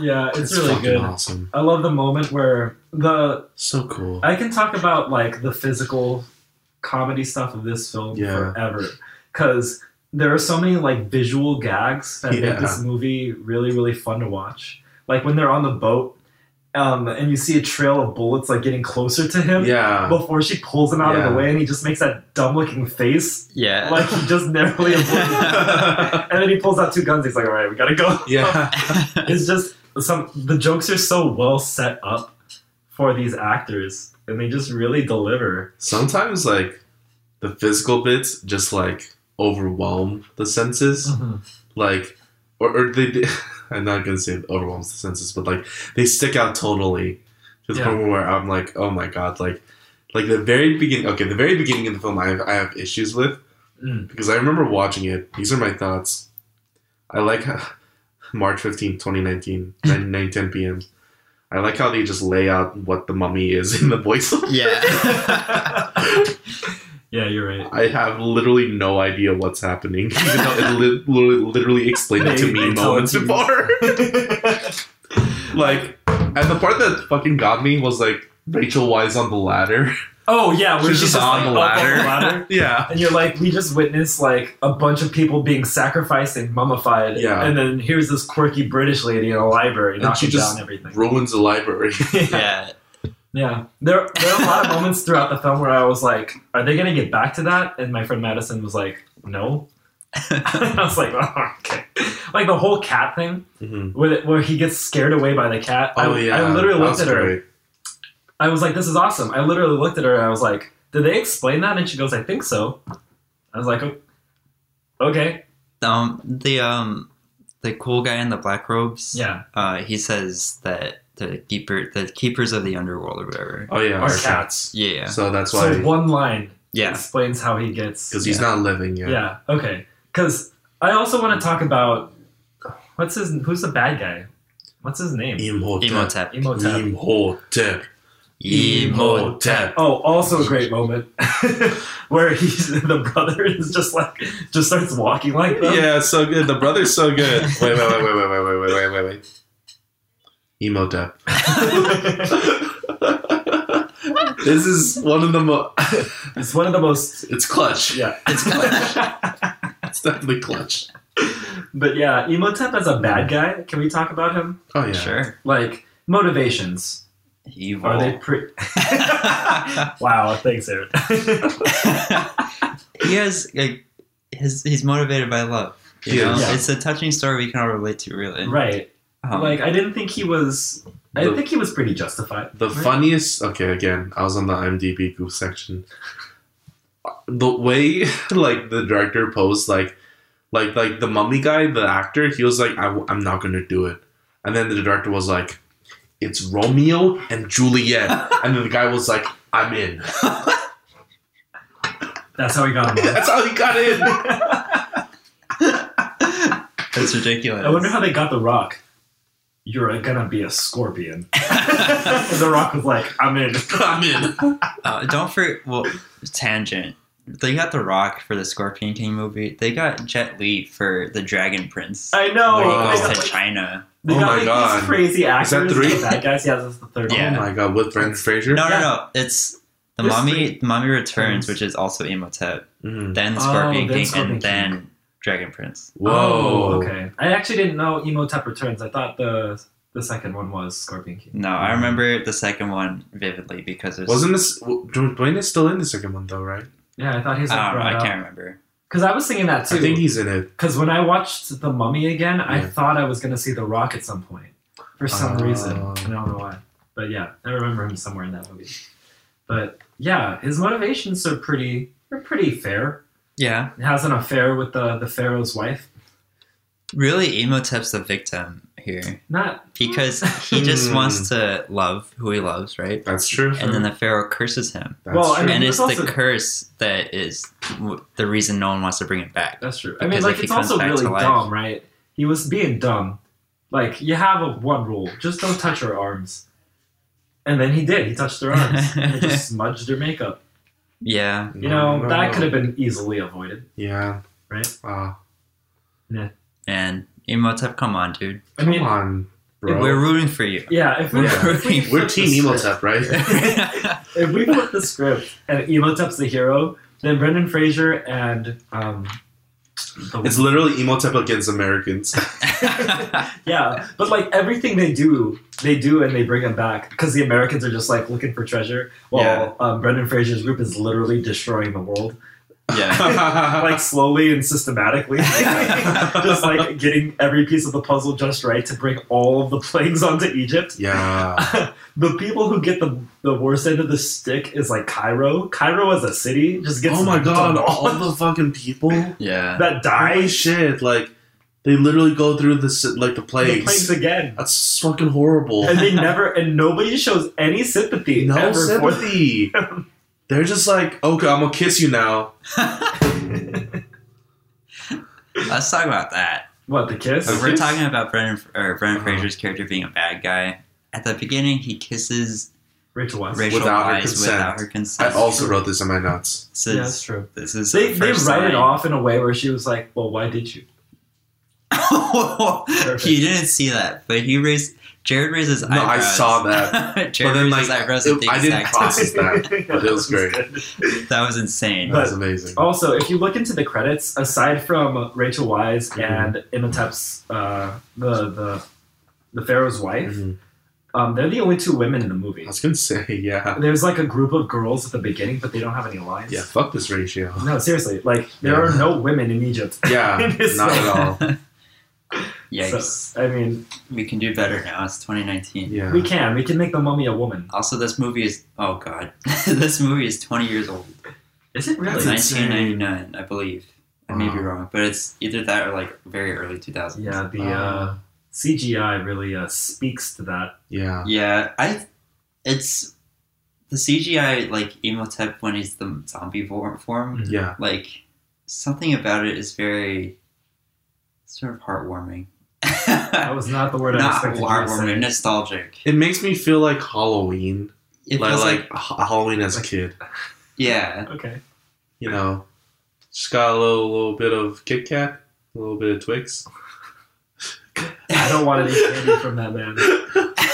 E: Yeah, it's,
A: that's
E: really
A: fucking
E: good.
A: awesome.
E: I love the moment where the
A: So cool.
E: I can talk about like the physical comedy stuff of this film
A: Yeah.
E: forever because there are so many like visual gags that
A: Yeah.
E: make this movie really really fun to watch. Like when they're on the boat um, and you see a trail of bullets like getting closer to him
A: yeah.
E: before she pulls him out of
A: Yeah.
E: the way and he just makes that dumb looking face
B: yeah,
E: like he just narrowly avoided. and then he pulls out two guns. He's like, "All right, we gotta go."
A: yeah.
E: it's just some the jokes are so well set up for these actors and they just really deliver
A: sometimes like the physical bits just like overwhelm the senses
E: Oh. Mm-hmm.
A: like or, or they, they- i'm not gonna say it overwhelms the senses but like they stick out totally to the
E: Yeah.
A: point where i'm like oh my god like like the very beginning okay the very beginning of the film i have, I have issues with
E: Mm.
A: because i remember watching it these are my thoughts i like how, march 15th 2019 9 9 10 p.m i like how they just lay out what the mummy is in the voiceover
B: yeah.
E: yeah you're right
A: I have literally no idea what's happening, even though it li- li- literally explained it to
E: They-
A: me
E: they tell
A: moments
E: it to you.
A: before. like, and the part that fucking got me was like Rachel Wise on the ladder.
E: oh yeah we're
A: She's
E: just,
A: just on
E: like,
A: the
E: up
A: ladder. Yeah.
E: and you're like we just witnessed like a bunch of people being sacrificed and mummified
A: Yeah.
E: and then here's this quirky british lady in a library
A: And
E: knocking
A: she just
E: down everything
A: Ruins the library.
B: yeah.
E: yeah there, there are a lot of moments throughout the film where i was like are they gonna get back to that and my friend madison was like no i was like oh, okay like the whole cat thing
A: Mhm.
E: where, where he gets scared away by the cat.
A: Oh,
E: Mm-hmm. I,
A: yeah.
E: I literally
A: that
E: looked
A: was
E: at her.
A: great.
E: I was like, this is awesome. I literally looked at her and I was like, did they explain that? And she goes, I think so. I was like, "Oh, okay.
B: Um, the um, the cool guy in the black robes.
E: Yeah.
B: Uh, he says that the keeper, the keepers of the underworld or whatever.
A: Oh yeah,
E: Or
A: our
E: cats.
A: cats.
B: Yeah.
A: So that's
E: So
A: why
E: one line
B: Yeah.
E: explains how he gets.
A: because he's not living yet.
E: Yeah. Okay. Because I also want to talk about what's his who's the bad guy? What's his name?
A: E- Imhotep.
B: Emotep.
E: Imhotep.
A: Imhotep.
E: Oh, also a great moment where he's the brother is just like just starts walking like them.
A: Yeah, it's so good. The brother's so good. Wait, wait, wait, wait, wait, wait, wait, wait, wait, wait, wait. Imhotep. this is one of the mo-
E: It's one of the most
A: It's clutch.
E: yeah.
A: It's clutch. it's definitely clutch.
E: But yeah, Imhotep as a bad guy. Can we talk about him?
A: Oh yeah.
B: Sure.
E: Like motivations.
B: Evil.
E: Are they pre Wow, thanks Aaron.
B: he has like his he's motivated by love. You
A: Yeah.
B: know?
E: Yeah.
B: It's a touching story we can all relate to, really.
E: right.
B: Um,
E: Like I didn't think he was I think he was pretty justified.
A: The funniest. Okay, again, I was on the IMDb goof section. The way like the director posed, like, like, like the mummy guy, the actor, he was like, I, am not gonna do it," and then the director was like, "It's Romeo and Juliet," and then the guy was like, "I'm in."
E: That's how he got him. on.
A: That's how he got in.
B: it's ridiculous.
E: I wonder how they got The Rock. You're gonna be a scorpion. and the Rock was like, I'm in.
A: I'm in. Oh
B: Uh, don't forget. Well, tangent. They got The Rock for the Scorpion King movie. They got Jet Li for The Dragon Prince.
E: I know.
B: when he
A: Wow.
E: They
B: goes
E: got,
B: to
E: like,
B: China.
E: they
A: Oh
E: got,
A: my
E: like,
A: God.
E: These crazy actors.
A: Is that three?
E: the Bad guys. Yeah, that's the third
A: Oh
B: Yeah.
E: one.
A: my god, with Brent Fraser.
B: No,
E: Yeah.
B: no, no. It's The
E: There's
B: Mummy.
E: three.
B: The Mummy Returns,
E: Prince.
B: which is also Imhotep.
A: Mhm.
B: Then
E: Oh,
B: Scorpion
E: then
B: King,
E: Scorpion
B: and then Dragon Prince.
A: Whoa.
E: Oh, okay. I actually didn't know Emotep Returns. I thought the the second one was Scorpion King.
B: No, I remember the second one vividly because it was.
A: Wasn't this w- Dwayne is still in the second one though, right?
E: Yeah, Ah, I thought he was
B: I
E: like
B: don't know. I
E: brought
B: can't
E: up.
B: remember.
E: Because I was thinking that
A: I think
E: too.
A: he's in it.
E: Because when I watched The Mummy again, I
A: Yeah.
E: thought I was gonna see The Rock at some point for some
A: Oh.
E: reason. I don't know why. But yeah, I remember him somewhere in that movie. But yeah, his motivations are pretty are pretty fair.
B: Yeah,
E: He has an affair with the the pharaoh's wife.
B: really, Imhotep's the victim here
E: Not
B: because he just
A: Hmm.
B: wants to love who he loves, right?
A: That's true.
B: and then the pharaoh curses him
A: That's
E: Well, I
A: true.
E: mean-
B: and
E: he
B: it's
E: was
B: the
E: also-
B: curse that is w- the reason no one wants to bring it back
E: that's true. I mean,
B: Because
E: like
B: if he
E: it's also
B: comes back
E: really
B: to life-
E: dumb, right? He was being dumb. Like you have a one rule: just don't touch her arms. And then he did. He touched her arms. and it just smudged her makeup.
B: yeah
A: No,
E: You know
A: no,
E: that
A: no.
E: could have been easily avoided,
A: Yeah. Ah,
E: right?
A: Wow.
B: and Imhotep, come on, dude.
E: I mean,
A: Come on, bro.
B: We're rooting for you.
E: yeah. If we,
A: Yeah.
E: if we
A: We're
E: flip the
A: Team
E: script-
A: Emotep, right?
E: If we flip the script and Emotep's the hero, then Brendan Fraser and um, the
A: It's literally Emotep against Americans.
E: Yeah, but like everything they do, they do and they bring him back because the Americans are just like looking for treasure, while um, Brendan Fraser's group is literally destroying the world,
B: yeah.
E: like slowly and systematically, just like getting every piece of the puzzle just right to bring all of the plagues onto Egypt.
A: yeah.
E: the people who get the the worst end of the stick is like Cairo. Cairo as a city just gets
A: Oh my god,
E: dumped on
A: all the fucking people
B: Yeah.
E: that
A: die
E: die
A: shit. Like they literally go through this like the
E: the
A: plagues.
E: plagues again.
A: That's fucking horrible.
E: And they never, and nobody shows any sympathy
A: No
E: ever for
A: sympathy. They're just like, okay, I'm gonna kiss you now.
B: Let's talk about that.
E: What the kiss?
B: If we're talking about Brendan or Brendan
A: Uh-huh.
B: Fraser's character being a bad guy. At the beginning, he kisses
E: Rachel West.
B: Rachel
A: Without her
B: Wise
A: consent.
B: without her consent.
A: I also wrote this in my notes.
B: This
E: Yeah, that's
B: is,
E: true.
B: this is
E: They,
B: the
E: they write
B: first
E: it
B: sign.
E: off in a way where she was like, "Well, why did you?"
B: he didn't see that, but he raised. Jared raises
A: I
B: eyebrows.
A: saw that.
B: Jared
A: But then,
B: raises
A: like,
B: eyebrows at
A: it-
B: the
A: I didn't
B: exact
A: process
B: time.
A: It's that, but it was great.
B: That was insane.
E: But- oh,
A: That's amazing.
E: Also, if you look into the credits, aside from Rachel Wise
A: Mhm.
E: and Imhotep's uh, the the the Pharaoh's wife,
A: Mhm.
E: um, they're the only two women in the
A: I
E: movie.
A: was gonna say, yeah,
E: There's like a group of girls at the beginning, but they don't have any lines.
A: yeah. Fuck this ratio.
E: No, seriously, like there
A: Yeah.
E: are no women in Egypt.
A: Yeah,
E: It is
A: not
E: so-
A: at all.
B: Yikes.
E: So, I mean,
B: we can do better now. It's 2019.
A: Yeah.
E: we can we can make the mummy a woman.
B: Also, this movie is. Oh, God. this movie is 20 years old.
E: Is it
A: really? That's insane.
B: 1999, I believe. I may be
A: Uh,
B: wrong, but it's either that or like very early 2000s.
E: Yeah, the
A: Uh,
E: uh, CGI really uh, speaks to that.
A: Yeah.
B: Yeah, I. It's the CGI like Emotep when he's the zombie form. form
E: Mm-hmm.
A: Yeah.
B: Like something about it is very sort of heartwarming.
E: That was not the word I
B: Not
E: expected you to
B: heartwarming,
E: say.
B: nostalgic.
A: It makes me feel like Halloween.
B: It
A: like,
B: feels like,
A: like Ha- Halloween as a kid.
B: yeah,
E: Okay.
A: You know, just got a little, little bit of Kit Kat, a little bit of Twix.
E: I don't want any candy from that man.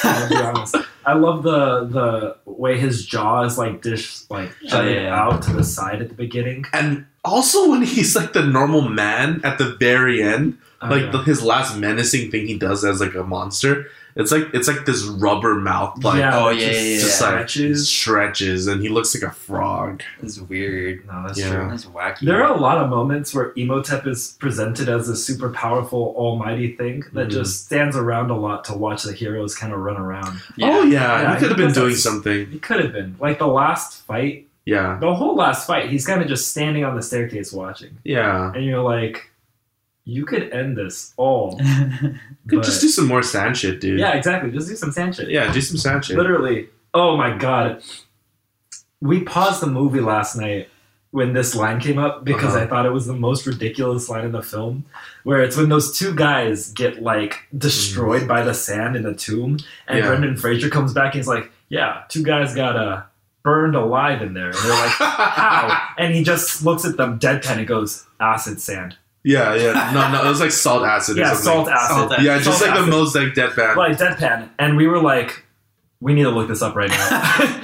E: I'll be honest. I love the the way his jaw is like dish like
A: Oh,
E: jutting
B: yeah.
E: out to the side at the beginning.
A: And also when he's like the normal man at the very end,
E: Oh,
A: like
E: yeah.
A: the, his last menacing thing he does as like a monster, it's like it's like this rubber mouth, like
E: yeah,
B: oh,
E: it
B: yeah,
E: just
B: yeah, yeah.
A: just like
E: stretches.
A: stretches, and he looks like a frog.
B: it's weird.
E: No, that's
A: Yeah.
E: true.
B: It's wacky.
E: There are a lot of moments where Emotep is presented as a super powerful, almighty thing that
A: Mhm.
E: just stands around a lot to watch the heroes kind of run around.
A: Oh
B: yeah,
A: yeah,
E: Yeah,
A: he could have
E: he
A: been
E: does
A: doing
E: that-
A: something.
E: It could have been like the last fight,
A: Yeah,
E: the whole last fight. He's kind of just standing on the staircase watching,
A: yeah.
E: and you're like, you could end this all.
A: Could
E: but-
A: just do some more sand shit, dude.
E: yeah, exactly. Just do some sand shit.
A: yeah, do some sand shit.
E: Literally. Oh my god. We paused the movie last night when this line came up because
A: Uh-huh.
E: I thought it was the most ridiculous line in the film. Where it's when those two guys get like destroyed by the sand in the tomb, and
A: Mm. Yeah.
E: Brendan Fraser comes back and he's like, "Yeah, two guys got uh, burned alive in there." And they're like, "How?" and he just looks at them deadpan and goes, "Acid sand."
A: Yeah, yeah. No, no, it was like salt acid. or
E: Yeah,
A: something.
E: salt acid.
B: Salt acid.
A: Yeah, just like
E: Salt acid.
A: the most like deadpan.
E: like deadpan, and we were like, we need to look this up right now.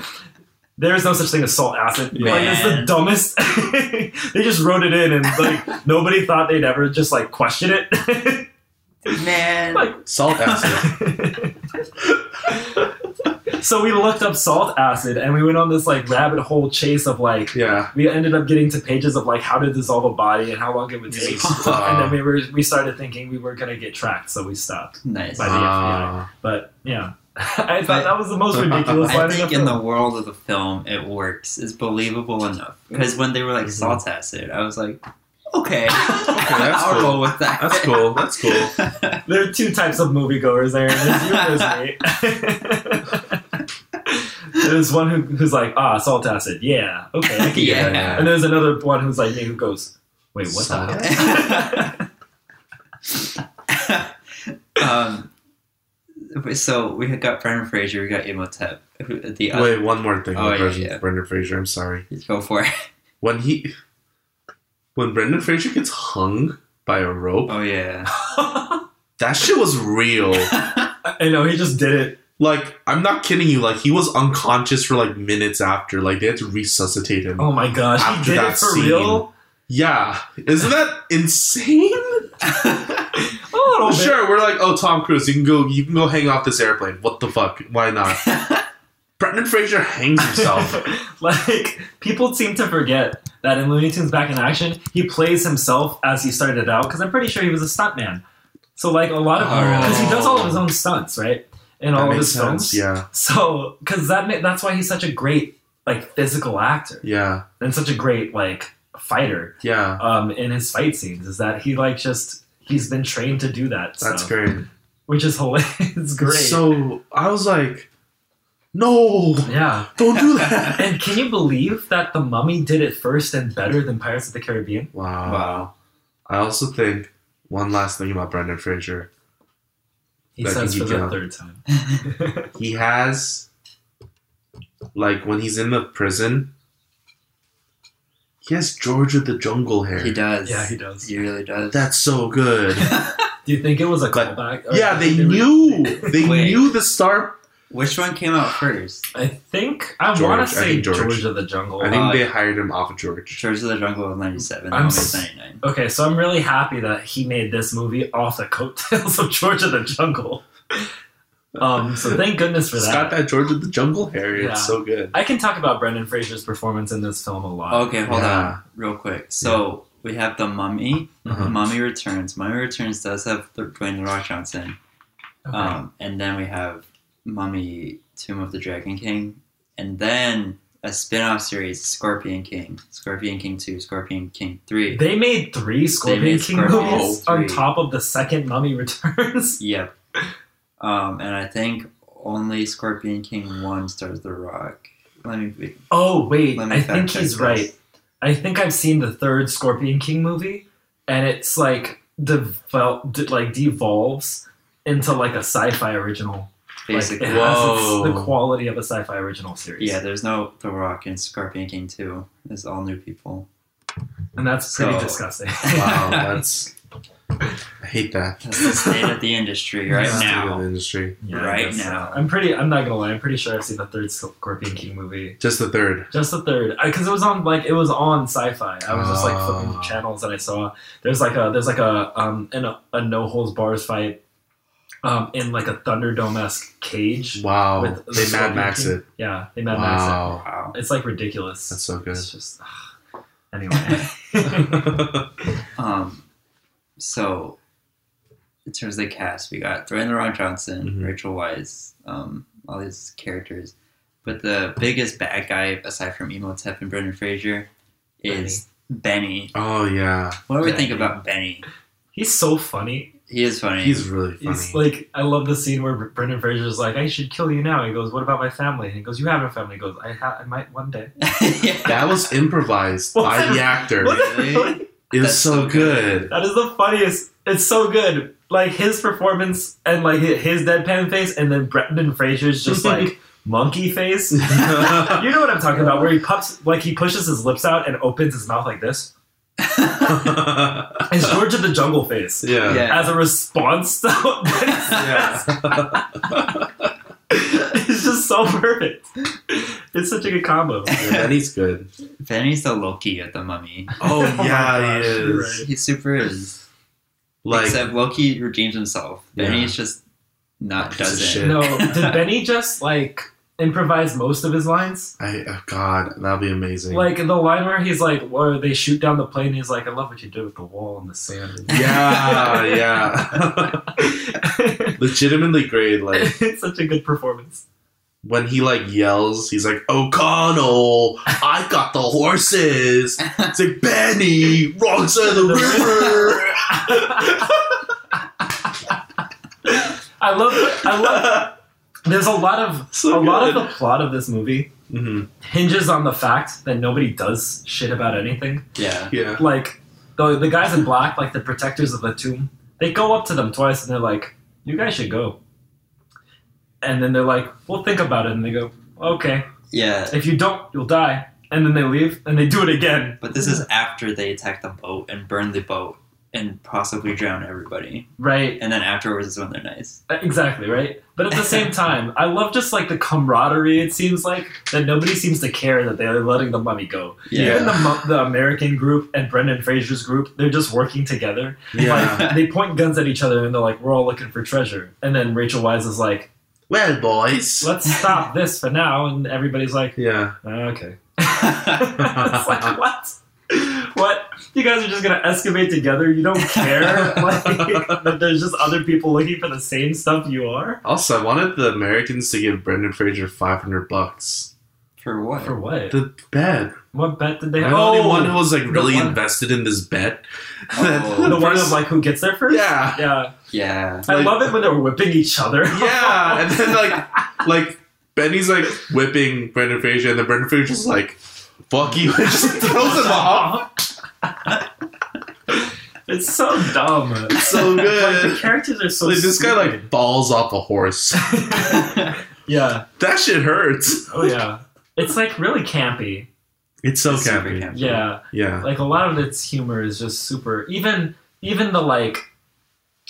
E: there is no such thing as salt acid. Like, it's the
B: Man.
E: dumbest. they just wrote it in, and like nobody thought they'd ever just like question it.
B: man.
E: Like-
A: salt acid.
E: so we looked up salt acid, and we went on this like rabbit hole chase of like.
A: yeah.
E: We ended up getting to pages of like how to dissolve a body and how long it would take,
A: Jesus.
E: and then we were we started thinking we were gonna get tracked, so we stopped.
B: nice.
E: By the
A: Ah,
E: FBI. But yeah, I thought
B: But-
E: that was the most ridiculous
B: I
E: line
B: think
E: in
B: in
E: the
B: the world of the film, it works. It's believable enough. Because when they were like
A: Mhm.
B: salt acid, I was like, okay,
A: that's
B: I'll
A: cool.
B: roll with that.
A: That's cool. That's cool.
E: There are two types of moviegoers, Aaron. There's you and there's me. there's one who, who's like, ah, salt acid. Yeah, okay. I can get
B: Yeah.
E: that." And there's another one who's like me who goes, wait, what
A: Salt.
E: the
B: um, so we had got Brendan Fraser, we got Imhotep. who- The other,
A: Wait, one more thing.
B: Oh,
A: with
B: yeah,
A: Brendan,
B: yeah.
A: Brendan Fraser. I'm sorry.
B: go for it.
A: When he, when Brendan Fraser gets hung by a rope,
B: Oh yeah,
E: hell?
A: that shit was real.
E: I know, he just did it.
A: like, I'm not kidding you. Like, he was unconscious for like minutes after. Like, they had to resuscitate him.
E: Oh my gosh, he
A: After
E: did
A: that
E: it for
A: scene.
E: real?
A: Yeah, isn't that insane?
E: A little bit.
A: sure, we're like, oh, Tom Cruise, you can go, you can go hang off this airplane. What the fuck? Why not? Brendan Fraser hangs himself.
E: like, people seem to forget that in Looney Tunes Back in Action, he plays himself as he started out, because I'm pretty sure he was a stuntman. So, like, a lot of.
A: Oh, really?
E: Because he does all of his own stunts, right? In all
A: that
E: of
A: makes
E: his
A: sense.
E: films.
A: Yeah,
E: So, because that ma- that's why he's such a great like physical actor
A: yeah,
E: and such a great like fighter
A: yeah.
E: um, in his fight scenes is that he like just he's been trained to do that.
A: That's
E: stuff,
A: great.
E: Which is hilarious. it's great.
A: So I was like, no,
E: yeah.
A: don't do that.
E: And can you believe that the Mummy did it first and better than Pirates of the Caribbean?
A: wow.
B: wow.
A: I also think one last thing about Brendan Fraser.
E: He
A: That
E: says
A: he
E: for the
A: can.
E: third time.
A: He has, like, when he's in the prison, he has George of the Jungle hair.
B: He does.
E: yeah, he does.
B: He really does.
A: That's so good.
E: Do you think it was a
A: But-
E: callback? Or
A: yeah,
E: do
A: they
E: you think Oh,
A: knew.
E: were-
A: They
B: Wait.
A: knew the star.
B: Which one came out first?
E: I think I
A: George, I
E: want to say
A: think
E: George.
A: George.
E: of the Jungle.
A: I think
B: Uh,
A: they hired him off of George.
B: George of the Jungle was 97,
E: I'm
B: that was
E: s-
B: 99.
E: Okay, so I'm really happy that he made this movie off the coattails of George of the Jungle. Um, so thank goodness for
A: It's
E: that.
A: got that George of the Jungle hair.
E: Yeah.
A: It's so good.
E: I can talk about Brendan Fraser's performance in this film a lot.
B: Okay, hold
A: Yeah.
B: on, real quick. So we have the Mummy,
A: Uh-huh.
B: Mummy Returns. Mummy Returns does have the Dwayne The Rock Johnson,
E: Okay.
B: um, and then we have Mummy Tomb of the Dragon King, and then a spin-off series, Scorpion King, Scorpion King 2, Scorpion King 3.
E: They made three Scorpion
B: made
E: King
B: Scorpion
E: movies
B: King
E: on
B: three.
E: top of the second Mummy Returns.
B: Yep. Um, and I think only Scorpion King 1 stars The Rock. Let me be-
E: Oh wait,
B: let me
E: I
B: fact
E: think
B: check
E: he's
B: this.
E: right. I think I've seen the third Scorpion King movie, and it's like devel- de- like devolves into like a sci-fi original.
B: Basically.
E: like, it has its-
A: Whoa.
E: the quality of a sci-fi original series.
B: yeah, there's no The Rock in Scorpion King 2. It's all new people.
E: and that's pretty
B: So-
E: disgusting.
A: Wow, that's. I hate that.
B: That's the state of the industry right
E: Yeah.
A: State of
B: now.
A: the industry.
E: Yeah, I
B: Right
E: guess so.
B: now.
E: I'm pretty. I'm not gonna lie. I'm pretty sure I've seen the third Scorpion King movie.
A: Just the third.
E: Just the third, because it was on like it was on sci-fi. I was just like flipping
B: Ah.
A: Oh.
E: channels and I saw there's like a there's like a um an, a no holds bars fight, um in like a Thunderdome esque cage.
A: Wow.
E: With the
A: they Mad
E: Scorpion
A: Max
E: King.
A: it.
E: Yeah, they Mad Max it.
A: Wow.
B: Wow.
E: It's like ridiculous.
A: That's so good.
E: It's just anyway.
B: Um, so in terms of the cast, we got Dwayne The Rock Johnson,
E: Mm-hmm.
A: Mhm.
B: Rachel Weisz, um, all these characters. But the biggest bad guy, aside from Emotep and Brendan Fraser, is Benny.
A: oh, yeah.
B: What do we
E: Benny.
B: think about Benny?
E: He's so funny.
B: He is funny.
A: He's really funny.
E: He's like, I love the scene where Brendan Fraser's like, "I should kill you now." He goes, "What about my family?" And he goes, "You have a family." He goes, "I ha- I might one day."
B: yeah.
A: that was improvised by the actor.
B: Really?
A: It was
B: That's
A: so
B: so
A: good.
B: good.
E: That is the funniest. It's so good. Like his performance and like hi- his deadpan face, and then Brendan Fraser's just like monkey face. you know what I'm talking about? Where he puffs, like he pushes his lips out and opens his mouth like this. It's George of the Jungle face
A: yeah.
E: as a response to what Benny
A: Yeah.
E: says. It's just so perfect. It's such a good combo.
A: Yeah, Benny's good.
B: Benny's the Loki of the Mummy.
A: Oh,
E: my
A: yeah,
E: gosh,
A: he is.
E: you're right.
B: He super is.
A: Like,
B: Except Loki redeems himself.
A: Yeah.
B: Benny's just not
A: Piece of
B: does
A: shit.
B: it.
E: No, did Benny just like improvise most of his lines?
A: I, oh, God, that'd be amazing.
E: Like the line where he's like, where they shoot down the plane, he's like, I love what you did with the wall and the sand.
A: yeah, yeah. Legitimately great. Like,
E: it's such a good performance.
A: when he like yells, he's like, O'Connell, I got the horses. It's like Benny, wrong side of the river.
E: I love, I love, there's a lot of,
A: So
E: a lot of
A: good.
E: the plot of this movie
A: hmm
E: hinges on the fact that nobody does shit about anything.
B: Yeah.
A: Yeah.
E: Like, the, the guys in black, like the protectors of the tomb, they go up to them twice and they're like, you guys should go. And then they're like, we'll think about it. And they go, okay.
B: Yeah.
E: If you don't, you'll die. And then they leave and they do it again.
B: But this is after they attack the boat and burn the boat and possibly drown everybody.
E: Right,
B: And then afterwards is when they're nice.
E: exactly, right? But at the same time, I love just like the camaraderie it seems like that nobody seems to care that they're letting the mummy go.
B: Yeah.
E: Even the, mu- the American group and Brendan Fraser's group, they're just working together.
A: Yeah.
E: Like, they point guns at each other and they're like, we're all looking for treasure. And then Rachel Wise is like,
A: well, boys.
E: let's stop this for now. And everybody's like,
A: Yeah.
E: "Uh, okay. it's like, what? What? You guys are just gonna excavate together? You don't care? like, that there's just other people looking for the same stuff you are?
A: Also, I wanted the Americans to give Brendan Fraser 500 bucks.
B: For what?
E: For what?
A: The bet.
E: what bet did they
A: I'm
E: have?
A: the only
E: Oh,
A: one who was like
E: the
A: really
E: one-
A: invested in this bet.
B: Oh.
E: the one
A: First-
E: of like who gets there first.
A: yeah,
E: Yeah,
B: yeah.
E: I
A: Like-
E: love it when they're whipping each other.
A: yeah, and then like like Benny's like whipping Brendan Fraser, and then Brendan Fraser's like, "Fuck you," and just throws him off.
E: it's so dumb.
A: So
E: Like, the
A: good.
E: characters are so.
A: Like, this guy
E: stupid.
A: like balls off a horse.
E: Yeah.
A: That shit hurts.
E: Oh yeah. It's like really campy.
A: It's so
B: Super
A: campy.
B: campy.
E: Yeah.
A: Yeah.
E: Like a lot of its humor is just super. Even even the like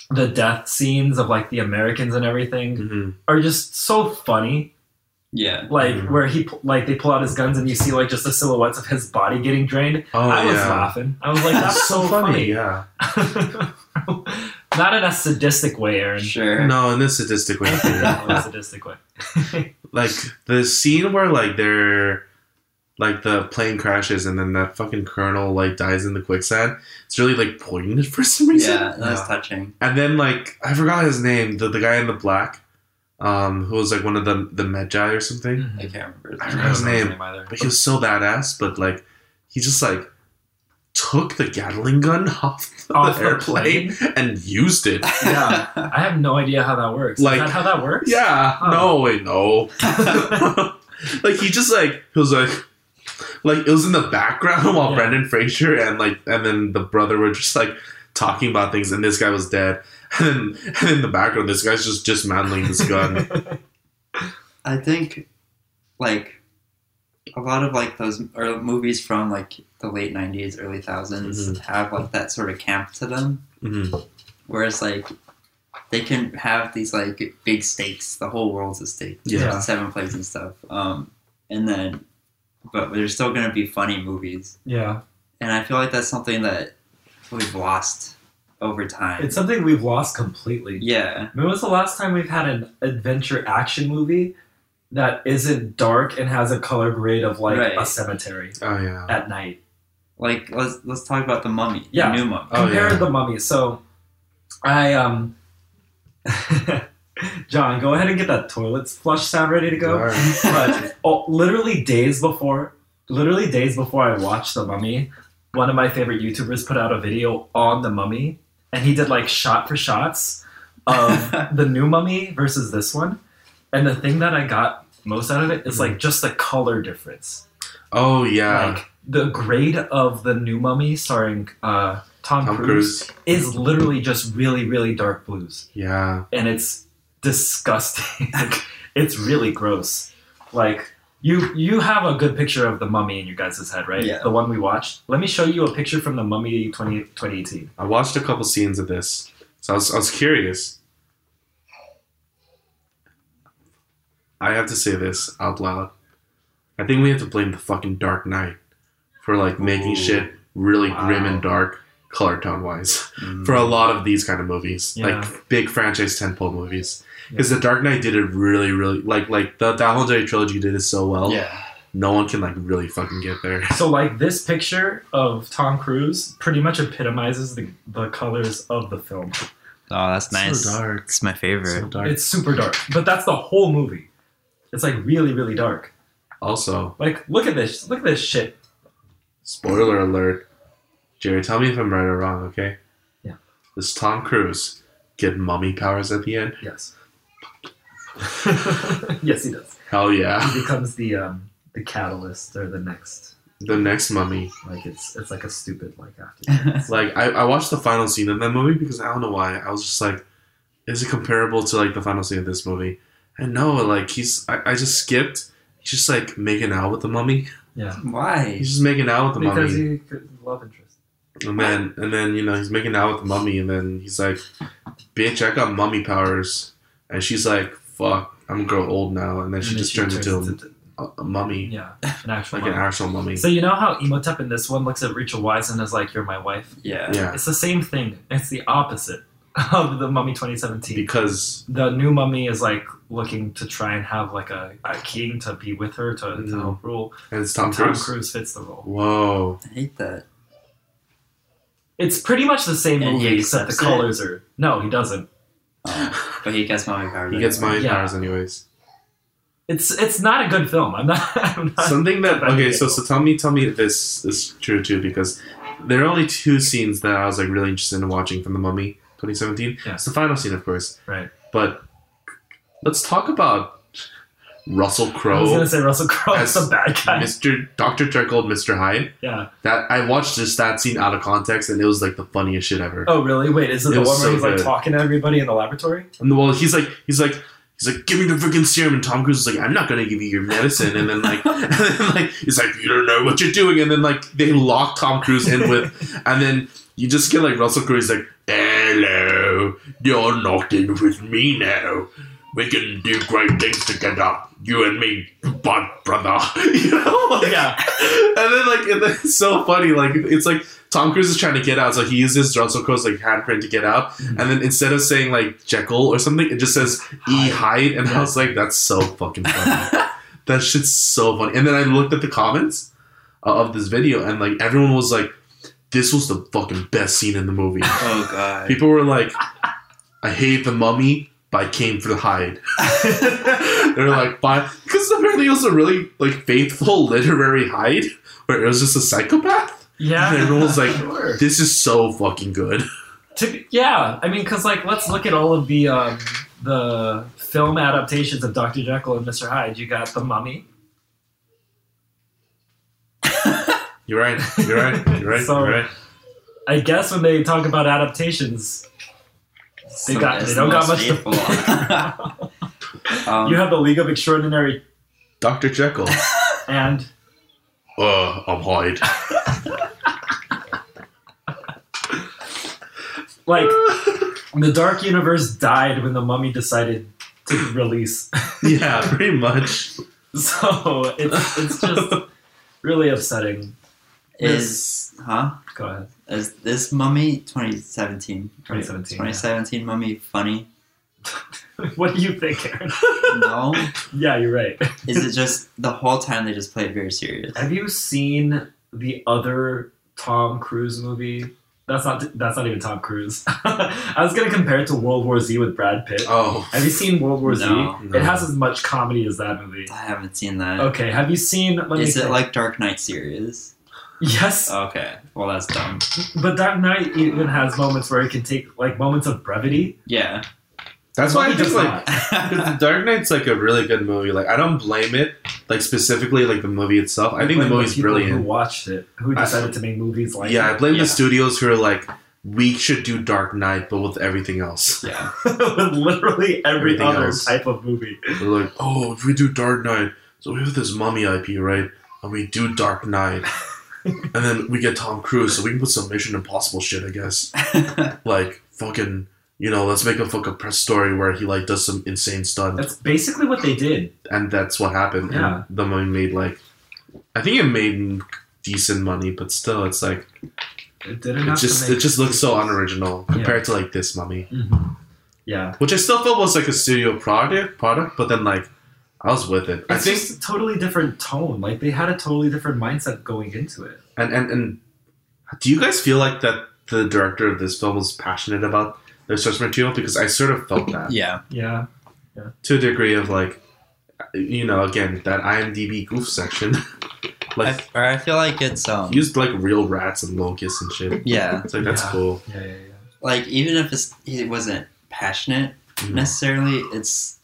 E: the death scenes of like the Americans and everything
A: hmm
E: are just so funny.
B: Yeah.
E: like
A: Mhm.
E: where he pu- like they pull out his guns and you see like just the silhouettes of his body getting drained.
A: Oh
E: I was
A: yeah.
E: laughing. I was like, that's so funny.
A: Yeah.
E: Not in a sadistic way, Aaron.
B: Sure.
A: No, in this sadistic way. yeah.
E: Not in a sadistic way.
A: like the scene where like they're like the plane crashes and then that fucking colonel like dies in the quicksand. It's really like poignant for some reason.
B: Yeah, that was touching.
A: And then like I forgot his name, the, the guy in the black. um, who was like one of the the Magi or something.
E: Hmm.
B: I can't remember.
A: I don't know his
E: I don't know
A: name.
E: either.
A: But he was so badass, but like he just like took the Gatling gun off the
E: Off the
A: airplane and used it.
E: Yeah. I have no idea how that works.
A: Like-
E: Is that how that works?
A: Yeah.
E: Huh.
A: No, wait, no. like he just like he was like like it was in the background while
E: Yeah.
A: Brendan Fraser and like and then the brother were just like talking about things and this guy was dead. And then and in the background this guy's just dismantling this gun.
B: I think like a lot of like those or movies from like the late '90s, early 1000s
A: Mm-hmm.
B: have like that sort of camp to them,
A: Mhm.
B: whereas like they can have these like big stakes. The whole world's at stake.
A: Yeah.
B: There's seven plays and stuff. Um, and then, but there's still gonna be funny movies,
E: Yeah.
B: and I feel like that's something that we've lost over time.
E: It's something we've lost completely.
B: yeah,
E: When was the last time we've had an adventure action movie that isn't dark and has a color grade of like
B: Right.
E: a cemetery
A: Oh yeah.
E: at night?
B: like let's let's talk about the Mummy. the
E: Yeah.
B: new Mummy.
A: Oh,
E: Compare
A: yeah.
E: the mummy. So, I um, John, go ahead and get that toilet flush sound ready to go.
A: Alright.
E: but oh, literally days before, literally days before I watched The Mummy, one of my favorite YouTubers put out a video on The Mummy, and he did like shot for shots of the new Mummy versus this one. And the thing that I got most out of it is like just the color difference,
A: Oh Mm-hmm. yeah.
E: like the grade of the new Mummy starring uh, Tom,
A: Tom
E: Cruise,
A: Cruise.
E: is literally just really, really dark blues
A: Yeah.
E: and it's disgusting. Like, it's really gross. Like you you have a good picture of the mummy in your guys' head, right?
B: Yeah.
E: The one we watched. Let me show you a picture from the mummy 20, 2018.
A: I watched a couple scenes of this, so I was, I was curious. I have to say this out loud. I think we have to blame the fucking Dark Knight for like making
B: Ooh.
A: shit really grim
E: Wow.
A: and dark, color tone wise, for a lot of these kind of movies,
E: Yeah.
A: like big franchise tentpole movies. Because the Dark Knight did it really, really like like the Download Day trilogy did it so well.
B: yeah,
A: No one can like really fucking get there.
E: So like this picture of Tom Cruise pretty much epitomizes the, the colors of the film.
B: oh, that's nice.
A: So dark.
B: It's my favorite.
A: So dark.
E: It's super dark. But that's the whole movie. It's like really, really dark.
A: also,
E: Like look at this. Look at this shit.
A: Spoiler alert. Jerry, tell me if I'm right or wrong, okay?
E: Yeah.
A: Does Tom Cruise get mummy powers at the end?
E: Yes. yes, he does.
A: Hell yeah.
E: He becomes the um, the catalyst or the next
A: The next mummy.
E: Like it's it's like a stupid like after.
A: Like, I, I watched the final scene of that movie because I don't know why. I was just like, is it comparable to, like, the final scene of this movie? And no, like, he's. I, I just skipped. He's just, like, making out with the mummy.
E: yeah,
B: Why?
A: He's just making out with the
E: because
A: mummy.
E: he could love interest.
A: and then, and then, you know, he's making out with the mummy, and then he's like, bitch, I got mummy powers. And she's like, fuck, I'm gonna grow old now. And then she
E: And then
A: just turns into a
E: into-
A: a, a mummy,
E: yeah, an actual.
A: like an
E: mummy.
A: actual mummy.
E: so you know how Emotep in this one looks at Rachel Weisz and is like, "You're my wife."
B: Yeah.
A: Yeah,
E: It's the same thing. It's the opposite of the Mummy 2017.
A: because
E: The new Mummy is like looking to try and have like a, a king to be with her to, to
A: Mm.
E: help rule.
A: and it's Tom,
E: Tom
A: Cruise.
E: Cruise fits the role.
A: Whoa,
B: I hate that.
E: It's pretty much the same
B: And he
E: movie except the
B: accepts it?
E: colors are. No, he doesn't.
B: Um, but he gets my powers.
A: he gets my
E: Yeah.
A: powers anyways.
E: It's it's not a good film. I'm not. I'm not
A: Something that
E: defending
A: okay,
E: it.
A: so so tell me, tell me if this is true too, because there are only two scenes that I was like really interested in watching from the Mummy 2017.
E: Yeah.
A: It's the final scene, of course,
E: right.
A: but let's talk about Russell
E: I was gonna
A: Crowe,
E: say Russell Crowe is
A: As
E: the bad guy.
A: Mr. Doctor Jekyll, and Mr. Hyde.
E: yeah.
A: That I watched just that scene out of context, and it was like the funniest shit ever.
E: Oh really? Wait, is it,
A: It
E: the
A: was
E: one where
A: so
E: he's like
A: good.
E: talking to everybody in the laboratory?
A: And well, he's like, he's like, he's like, give me the freaking serum. And Tom Cruise is like, I'm not gonna give you your medicine. And then like, and then like, he's like, you don't know what you're doing. And then like, they lock Tom Cruise in with, and then you just get like Russell Crowe's like, hello, you're locked in with me now. We can do great things together, you and me, but brother. You know, like,
E: Yeah.
A: and then like and then it's so funny like it's like Tom Cruise is trying to get out so he uses Russell Crowe's like handprint to get out and then instead of saying like Jekyll or something it just says E Hyde and I was like that's so fucking funny that shit's so funny and then I looked at the comments uh, of this video and like everyone was like this was the fucking best scene in the movie
B: Oh god.
A: people were like I hate the mummy but I came for the hide. They're like, but because apparently it was a really like faithful literary hide where it was just a psychopath.
E: Yeah.
A: And everyone's like,
E: Sure.
A: This is so fucking good.
E: To be- yeah, I mean, because like, let's look at all of the um, the film adaptations of Doctor Jekyll and Mister Hyde. You got The Mummy.
A: You're right. You're right. You're right.
E: Sorry.
A: You're right.
E: I guess when they talk about adaptations, they got they don't got much.
B: much.
E: To-
B: um,
E: you have the League of Extraordinary
A: Dr. Jekyll.
E: and
A: Uh, I'm Hyde.
E: like the Dark Universe died when the Mummy decided to release.
A: yeah, pretty much.
E: So it's it's just really upsetting.
B: is huh?
E: Go ahead.
B: Is this Mummy 2017?
E: 2017, yeah.
B: 2017 Mummy funny?
E: What do you think, Aaron?
B: No.
E: yeah, you're right.
B: is it just the whole time they just play it very serious?
E: Have you seen the other Tom Cruise movie? That's not that's not even Tom Cruise. I was gonna compare it to World War Z with Brad Pitt.
A: Oh.
E: Have you seen World War
B: No,
E: Z?
A: no.
E: It has as much comedy as that movie.
B: I haven't seen that. Is
E: Okay, have you seen? Let me
B: it
E: think.
B: like Dark Knight serious?
E: yes?
A: Oh.
B: Okay. Well, that's dumb.
E: But Dark Knight even has moments where it can take like moments of brevity.
B: Yeah.
A: That's why I
E: Mummy
A: just
E: does
A: like.
E: not.
A: Because The Dark Knight's like a really good movie. Like I don't blame it, like specifically like the movie itself. I think the
E: Blame
A: movie's
E: people Who
A: brilliant.
E: watched it? Who
A: I-
E: decided to make movies like
A: Yeah, I blame
B: Yeah.
A: the studios who are like, we should do Dark Knight, but with everything else.
B: yeah.
E: that? with literally every
A: Everything
E: other
A: else.
E: type of movie.
A: They're like, oh, if we do Dark Knight, so we have this mummy IP, right? And we do Dark Knight, and then we get Tom Cruise, so we can put some Mission Impossible shit, I guess. Like fucking, you know, let's make a fucking press story where he like does some insane stunt,
E: That's basically what they did.
A: and that's what happened.
E: Yeah.
A: And the mummy made like, I think it made decent money, but still, it's like.
E: It didn't.
A: It
E: have
A: just
E: to make
A: it just looks so unoriginal compared to like this mummy,
E: Mhm. Yeah,
A: which I still felt was like a studio product product, but then like I was with it.
E: it's
A: I think
E: just a totally different tone. Like they had a totally different mindset going into it.
A: and and and do you guys feel like that the director of this film was passionate about their source material because I sort of felt that
B: Yeah.
E: Yeah,
A: to a degree of like you know again that IMDb goof section
B: I,
A: like
B: or I feel like it's um.
A: used like real rats and locusts and shit.
B: Yeah.
A: It's like that's
E: Yeah.
A: cool.
E: yeah, yeah, yeah.
B: Like even if it's, it wasn't passionate
A: Mhm.
B: necessarily, it's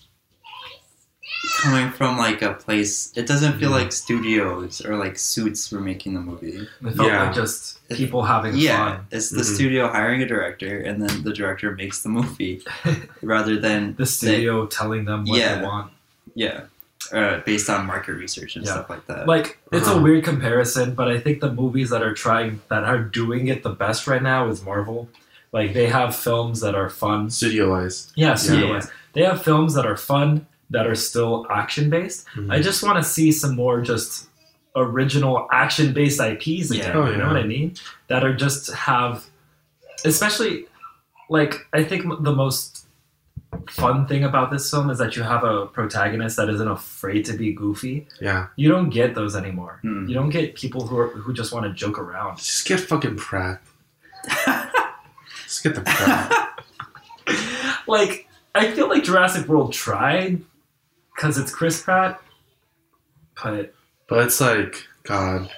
B: coming from like a place. It doesn't feel
A: Mhm.
B: like studios or like suits were making the movie.
E: It felt
A: Yeah.
E: like just people having
B: Yeah, it's the
A: Mhm.
B: studio hiring a director, and then the director makes the movie,
E: fun.
B: rather than
E: the studio telling them what
B: Yeah.
E: they want.
B: yeah, uh, based on market research and
E: Yeah.
B: stuff like that.
E: Like it's a
A: Uh-huh.
E: weird comparison, but I think the movies that are trying that are doing it the best right now is Marvel. Like they have films that are fun.
A: Studio wise,
E: Yeah, studio
B: Yeah.
E: wise. They have films that are fun that are still action based.
A: Mm-hmm.
E: I just want to see some more just original action based IPs again.
B: Yeah.
A: Oh,
E: You
A: yeah.
E: know what I mean? That are just have, especially like I think m- the most fun thing about this film is that you have a protagonist that isn't afraid to be goofy.
A: yeah,
E: You don't get those anymore.
B: Hmm.
E: You don't get people who are, who just want to joke around.
A: just get fucking Pratt. just get the Pratt.
E: Like I feel like Jurassic World tried because it's Chris Pratt, but
A: But it's like, God,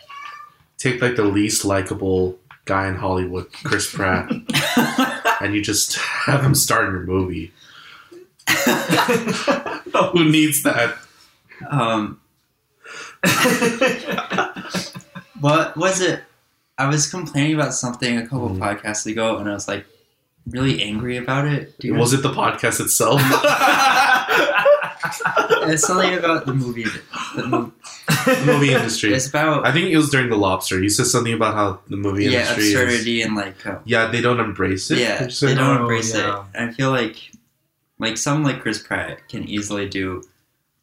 A: take like the least likable guy in Hollywood, Chris Pratt, and you just have him star in your movie. Who needs that?
B: um, what was it? I was complaining about something a couple
A: Mhm.
B: podcasts ago, and I was like really angry about it. Do you
A: Was it the podcast itself?
B: remember? It's something about the movie. The mo-
A: the movie industry.
B: it's about
A: I think it was during The Lobster. You said something about how the movie
B: yeah,
A: industry is-
B: absurdity and like uh,
A: Yeah, they don't embrace it.
B: yeah,
A: You said-
B: they don't
E: Oh,
B: embrace
E: yeah.
B: it. I feel like like some like Chris Pratt can easily do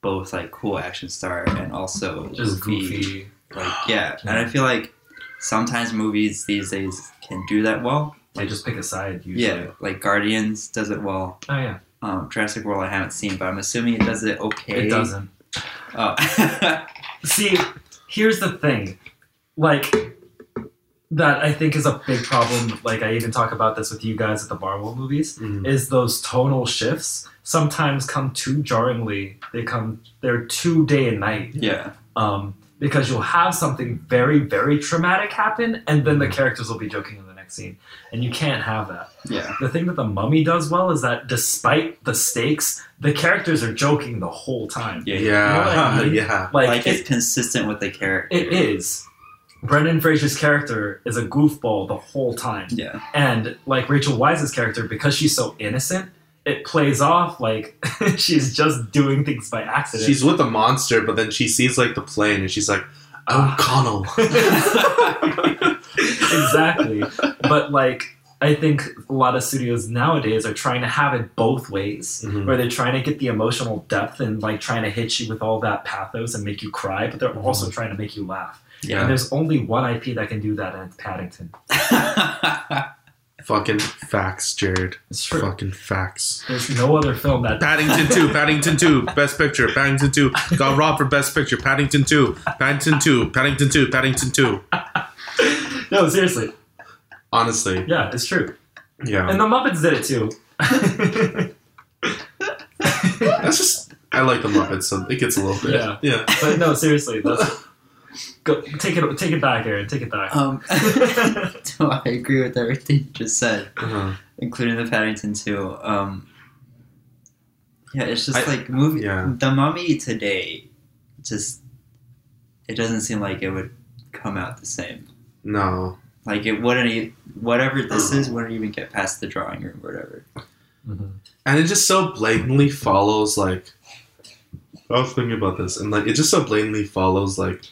B: both like cool action star and also
E: just
B: goofy.
E: goofy.
B: Like yeah, and I feel like sometimes movies these days can do that well.
E: They just pick a side usually.
B: Yeah, like Guardians does it well.
E: Oh yeah.
B: Um, Jurassic World I haven't seen, but I'm assuming it does it okay.
E: It doesn't.
B: Oh.
E: See, here's the thing. Like, that I think is a big problem. Like I even talk about this with you guys at the Marvel movies.
A: Mm. Mm-hmm.
E: Is those tonal shifts sometimes come too jarringly? They come they're too day and night.
B: Yeah.
E: Um, because you'll have something very very traumatic happen, and then the characters will be joking in the next scene, and you can't have that.
B: Yeah.
E: The thing that the Mummy does well is that despite the stakes, the characters are joking the whole time.
B: Yeah.
A: Yeah,
E: You know what I mean?
A: yeah.
E: Like,
B: Like,
E: it-
B: it's consistent with the character.
E: it is. Brendan Fraser's character is a goofball the whole time.
B: Yeah.
E: And like Rachel Wise's character, because she's so innocent, it plays off like she's just doing things by accident.
A: She's with a monster, but then she sees like the plane, and she's like, "Oh, "O'Connell."
E: exactly. But like I think a lot of studios nowadays are trying to have it both ways.
A: Mhm.
E: Where they're trying to get the emotional depth and like trying to hit you with all that pathos and make you cry, but they're also trying to make you laugh. And
A: Mm-hmm. Yeah,
E: there's only one IP that can do that, and it's Paddington.
A: fucking facts, Jared.
E: It's true.
A: Fucking facts.
E: There's no other film that
A: Paddington Two, Paddington Two, Best Picture, Paddington Two, got robbed for Best Picture, Paddington Two, Paddington Two, Paddington Two, Paddington Two.
E: No, seriously.
A: Honestly,
E: Yeah, it's true.
A: yeah,
E: And the Muppets did it too.
A: that's just. I like the Muppets, so it gets a little bit.
E: Yeah.
A: yeah.
E: But no, seriously, that's go take it take it back, Aaron. Take it back.
B: um, so I agree with everything you just said,
A: Uh-huh.
B: including the Paddington too. Um, yeah, it's just
A: I-
B: like movie.
A: yeah.
B: The Mummy today, just it doesn't seem like it would come out the same.
A: No.
B: Like it wouldn't. e- Whatever
A: Mm.
B: this is, wouldn't even get past the drawing room, or whatever.
E: Mm-hmm.
A: and it just so blatantly follows like I was thinking about this and like it just so blatantly follows like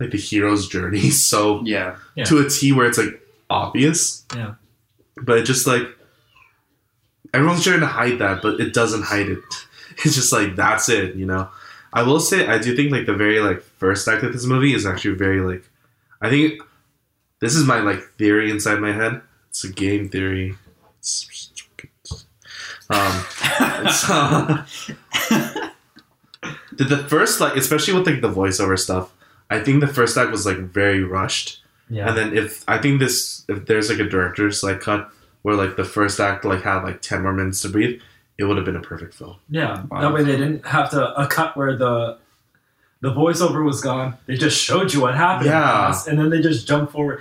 A: like the hero's journey so
B: Yeah,
E: Yeah.
A: to a T where it's like obvious
E: Yeah.
A: but it just like everyone's trying to hide that but it doesn't hide it it's just like that's it you know I will say I do think like the very like first act of this movie is actually very like I think this is my like theory inside my head it's a game theory um so, the, the first like especially with like the voiceover stuff i think the first act was like very rushed
E: Yeah.
A: and then if i think this if there's like a director's like cut where like the first act like had like 10 more minutes to breathe it would have been a perfect film
E: yeah.
B: Wow.
E: That way they didn't have to a cut where the the voiceover was gone. They just showed you what happened.
A: Yeah.
E: And then they just jump forward.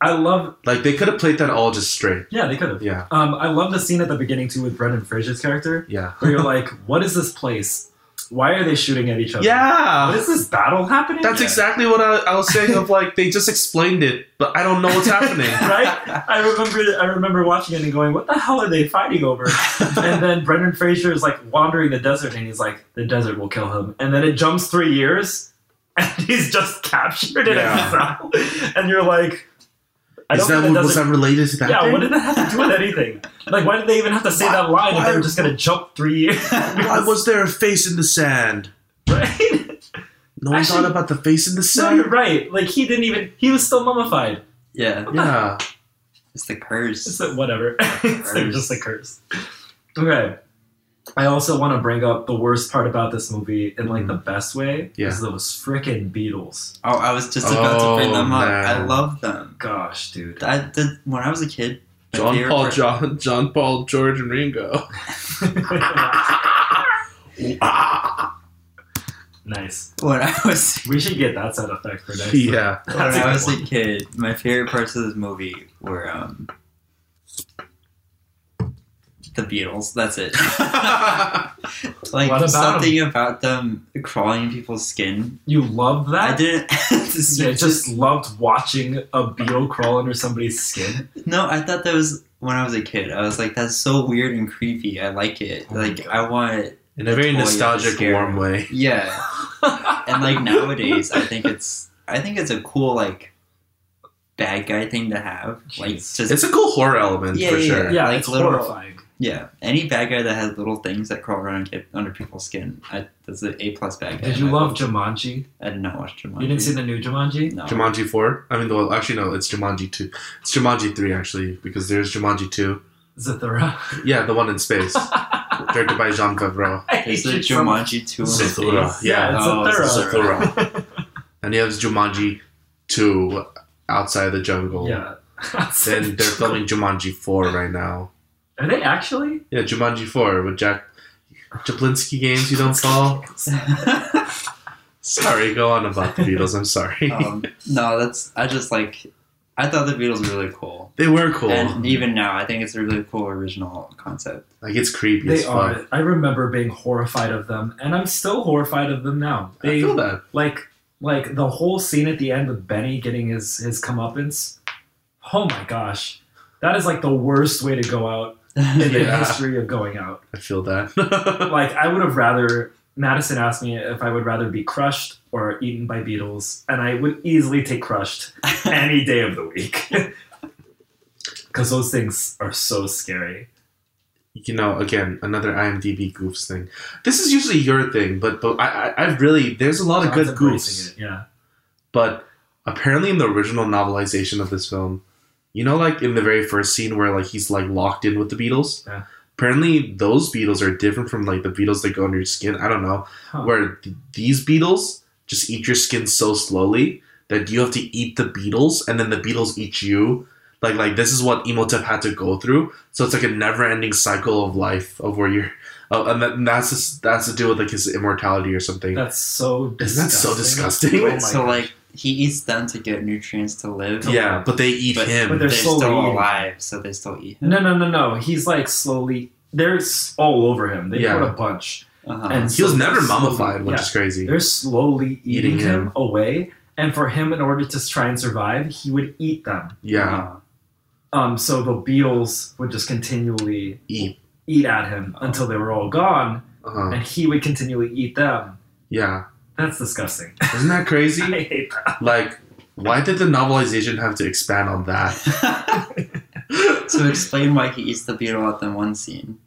E: I love
A: like they could have played that all just straight
E: yeah, they could have.
A: yeah
E: Um, I love the scene at the beginning too with Brendan Fraser's character,
A: yeah
E: where you're like, "What is this place? Why are they shooting at each other?
A: yeah
E: is this battle happening?"
A: that's exactly what I, I was saying of like they just explained it but i don't know what's happening
E: right? I remember I remember watching it and going, "What the hell are they fighting over?" and then Brendan Fraser is like wandering the desert, and he's like, "The desert will kill him." And then it jumps three years, and he's just captured in
A: Yeah.
E: exile. And you're like, "I
A: is
E: don't
A: that
E: think
A: what was
E: desert-
A: that related to that
E: yeah,
A: thing?
E: what did that have to do with anything? Like, why did they even have to say that line if
A: why-
E: they were just gonna jump three years?
A: why was there a face in the sand
E: right?
A: No one
E: Actually-
A: thought about the face in the
E: No,
A: sun.
E: you're right. Like, he didn't even. He was still mummified.
B: yeah.
A: yeah.
B: It's the curse.
E: It's like, whatever. it's like just a curse. Okay. I also want to bring up the worst part about this movie in like the best way
A: Yeah.
E: is those frickin' Beatles.
B: Oh, I was just about to bring
A: Oh,
B: them up.
A: man.
B: I love them.
E: Gosh, dude.
B: I did when I was a kid. my
A: John
B: favorite
A: Paul,
B: part-
A: John, John Paul, George, and Ringo.
E: nice.
B: When I was
E: We should get that sound effect for next. time.
A: yeah.
E: That's
B: when
E: a
B: I
E: good
B: was
E: one.
B: a kid, my favorite parts of this movie were um, the Beatles. That's it. like
E: What about
B: something about them crawling in people's skin.
E: You love that?
B: I didn't. this
E: I
B: is-
E: just loved watching a beetle crawl under somebody's skin.
B: no, I thought that was when I was a kid. I was like, that's so weird and creepy. I like it.
E: Oh my
B: like I want it.
A: In a very
B: Toy of the
A: nostalgic,
B: scare.
A: warm way.
B: Yeah. and like nowadays i think it's i think it's a cool like bad guy thing to have like
E: Jeez.
B: just
A: It's a cool horror element
B: Yeah,
A: for
B: yeah,
A: sure.
E: yeah,
B: Like
E: it's
B: little-
E: horrifying.
B: yeah any bad guy that has little things that crawl around and get under people's skin I, that's an a plus bad guy
E: Did you love Jumanji?
B: i did not watch Jumanji
E: You didn't see the new Jumanji?
B: no
A: Jumanji four. I mean, well, actually, no. It's Jumanji two. It's Jumanji three actually, because there's Jumanji two.
E: Zathura.
A: Yeah, the one in space, directed by Jean Favreau.
E: I
B: is
E: hate
B: it
E: you so much.
B: Jumanji 2
A: Zathura.
E: Yeah,
A: Yeah,
E: it's
B: Oh,
E: Zathura.
B: Zathura.
A: Zathura. and he has Jumanji two. outside the jungle.
E: Yeah.
A: Then they're filming Jumanji Four right now.
E: Are they actually?
A: Yeah, Jumanji Four with Jack Jablinsky games. You don't follow. Sorry, go on about the Beatles. I'm sorry.
B: um, no, that's I just like I thought the Beatles were really cool,
A: they were cool.
B: and even now I think it's a really cool original concept.
A: like it's creepy
E: They
A: as fuck.
E: are. I remember being horrified of them, and I'm still horrified of them now.
A: I
E: They
A: feel that.
E: like like the whole scene at the end with Benny getting his his comeuppance. Oh my gosh, that is like the worst way to go out in the
A: Yeah.
E: history of going out.
A: I feel that.
E: Like I would have rather. Madison asked me if I would rather be crushed or eaten by beetles, and I would easily take crushed any day of the week. Because those things are so scary.
A: you know, again, another IMDb goofs thing. This is usually your thing, but but I I, I really there's a lot of
E: John's
A: Oh, good
E: embracing
A: goofs.
E: it, Yeah.
A: But apparently, in the original novelization of this film, you know, like in the very first scene where like he's like locked in with the Beatles.
E: Yeah.
A: Apparently, those Beatles are different from like the Beatles that go under your skin. I don't know
E: Huh.
A: where th- these Beatles just eat your skin so slowly that you have to eat the Beatles and then the Beatles eat you. Like like this is what Emotep had to go through. So it's like a never ending cycle of life of where you're. Oh, and, that, and that's just, that's to do with like his immortality or something.
E: That's so disgusting.
A: Isn't that so disgusting?
E: Oh my
B: so
E: gosh.
B: like he eats them to get nutrients to live.
A: yeah, but they eat
B: but,
A: him.
E: But
B: they're,
E: they're
B: still,
E: slowly eating.
B: alive, so they still eat him.
E: No, no, no, no. He's like slowly. They're s- all over him. They
A: Yeah.
E: put a bunch.
B: Uh-huh.
E: And
A: He was
E: so
A: never
E: they're slowly-
A: mummified, which
E: yeah,
A: is crazy.
E: They're slowly eating,
A: Eating
E: him,
A: him.
E: away. And for him, in order to try and survive, he would eat them.
A: Yeah,
B: Uh-huh.
E: Um, so the Beatles would just continually
A: eat.
E: eat at him until they were all gone,
A: Uh,
E: and he would continually eat them.
A: yeah,
E: That's disgusting.
A: isn't that
E: I
A: crazy?
E: hate that.
A: Like, why did the novelization have to expand on that?
B: so explain why he eats the beetle at the one scene.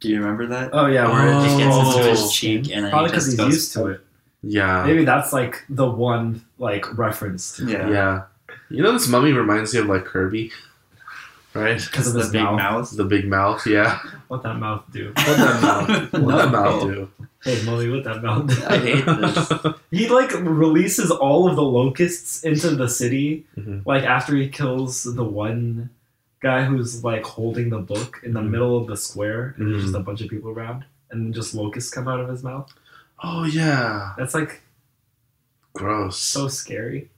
B: Do you remember that?
E: Oh yeah, where it just
B: It
E: gets
B: gets
A: Oh.
B: into
E: into
B: his cheek and then
E: Probably
B: he
E: because
B: just
E: he's
B: goes,
E: used to it.
A: Yeah,
E: Maybe that's like the one like reference
B: Yeah.
A: yeah. You know, this mummy reminds me of like Kirby, right?
E: because of
B: the
E: his
B: big
E: mouth.
B: mouth.
A: The big mouth. Yeah,
E: What that mouth do?
A: what that mouth? What that mouth do?
E: Hey, Molly, what that mouth do?
B: I hate this.
E: He like releases all of the locusts into the city,
A: Mhm.
E: like after he kills the one guy who's like holding the book in the
A: Mhm.
E: middle of the square, and there's
A: Mhm.
E: just a bunch of people around, and just locusts come out of his mouth.
A: Oh yeah,
E: That's like
A: gross.
E: so scary.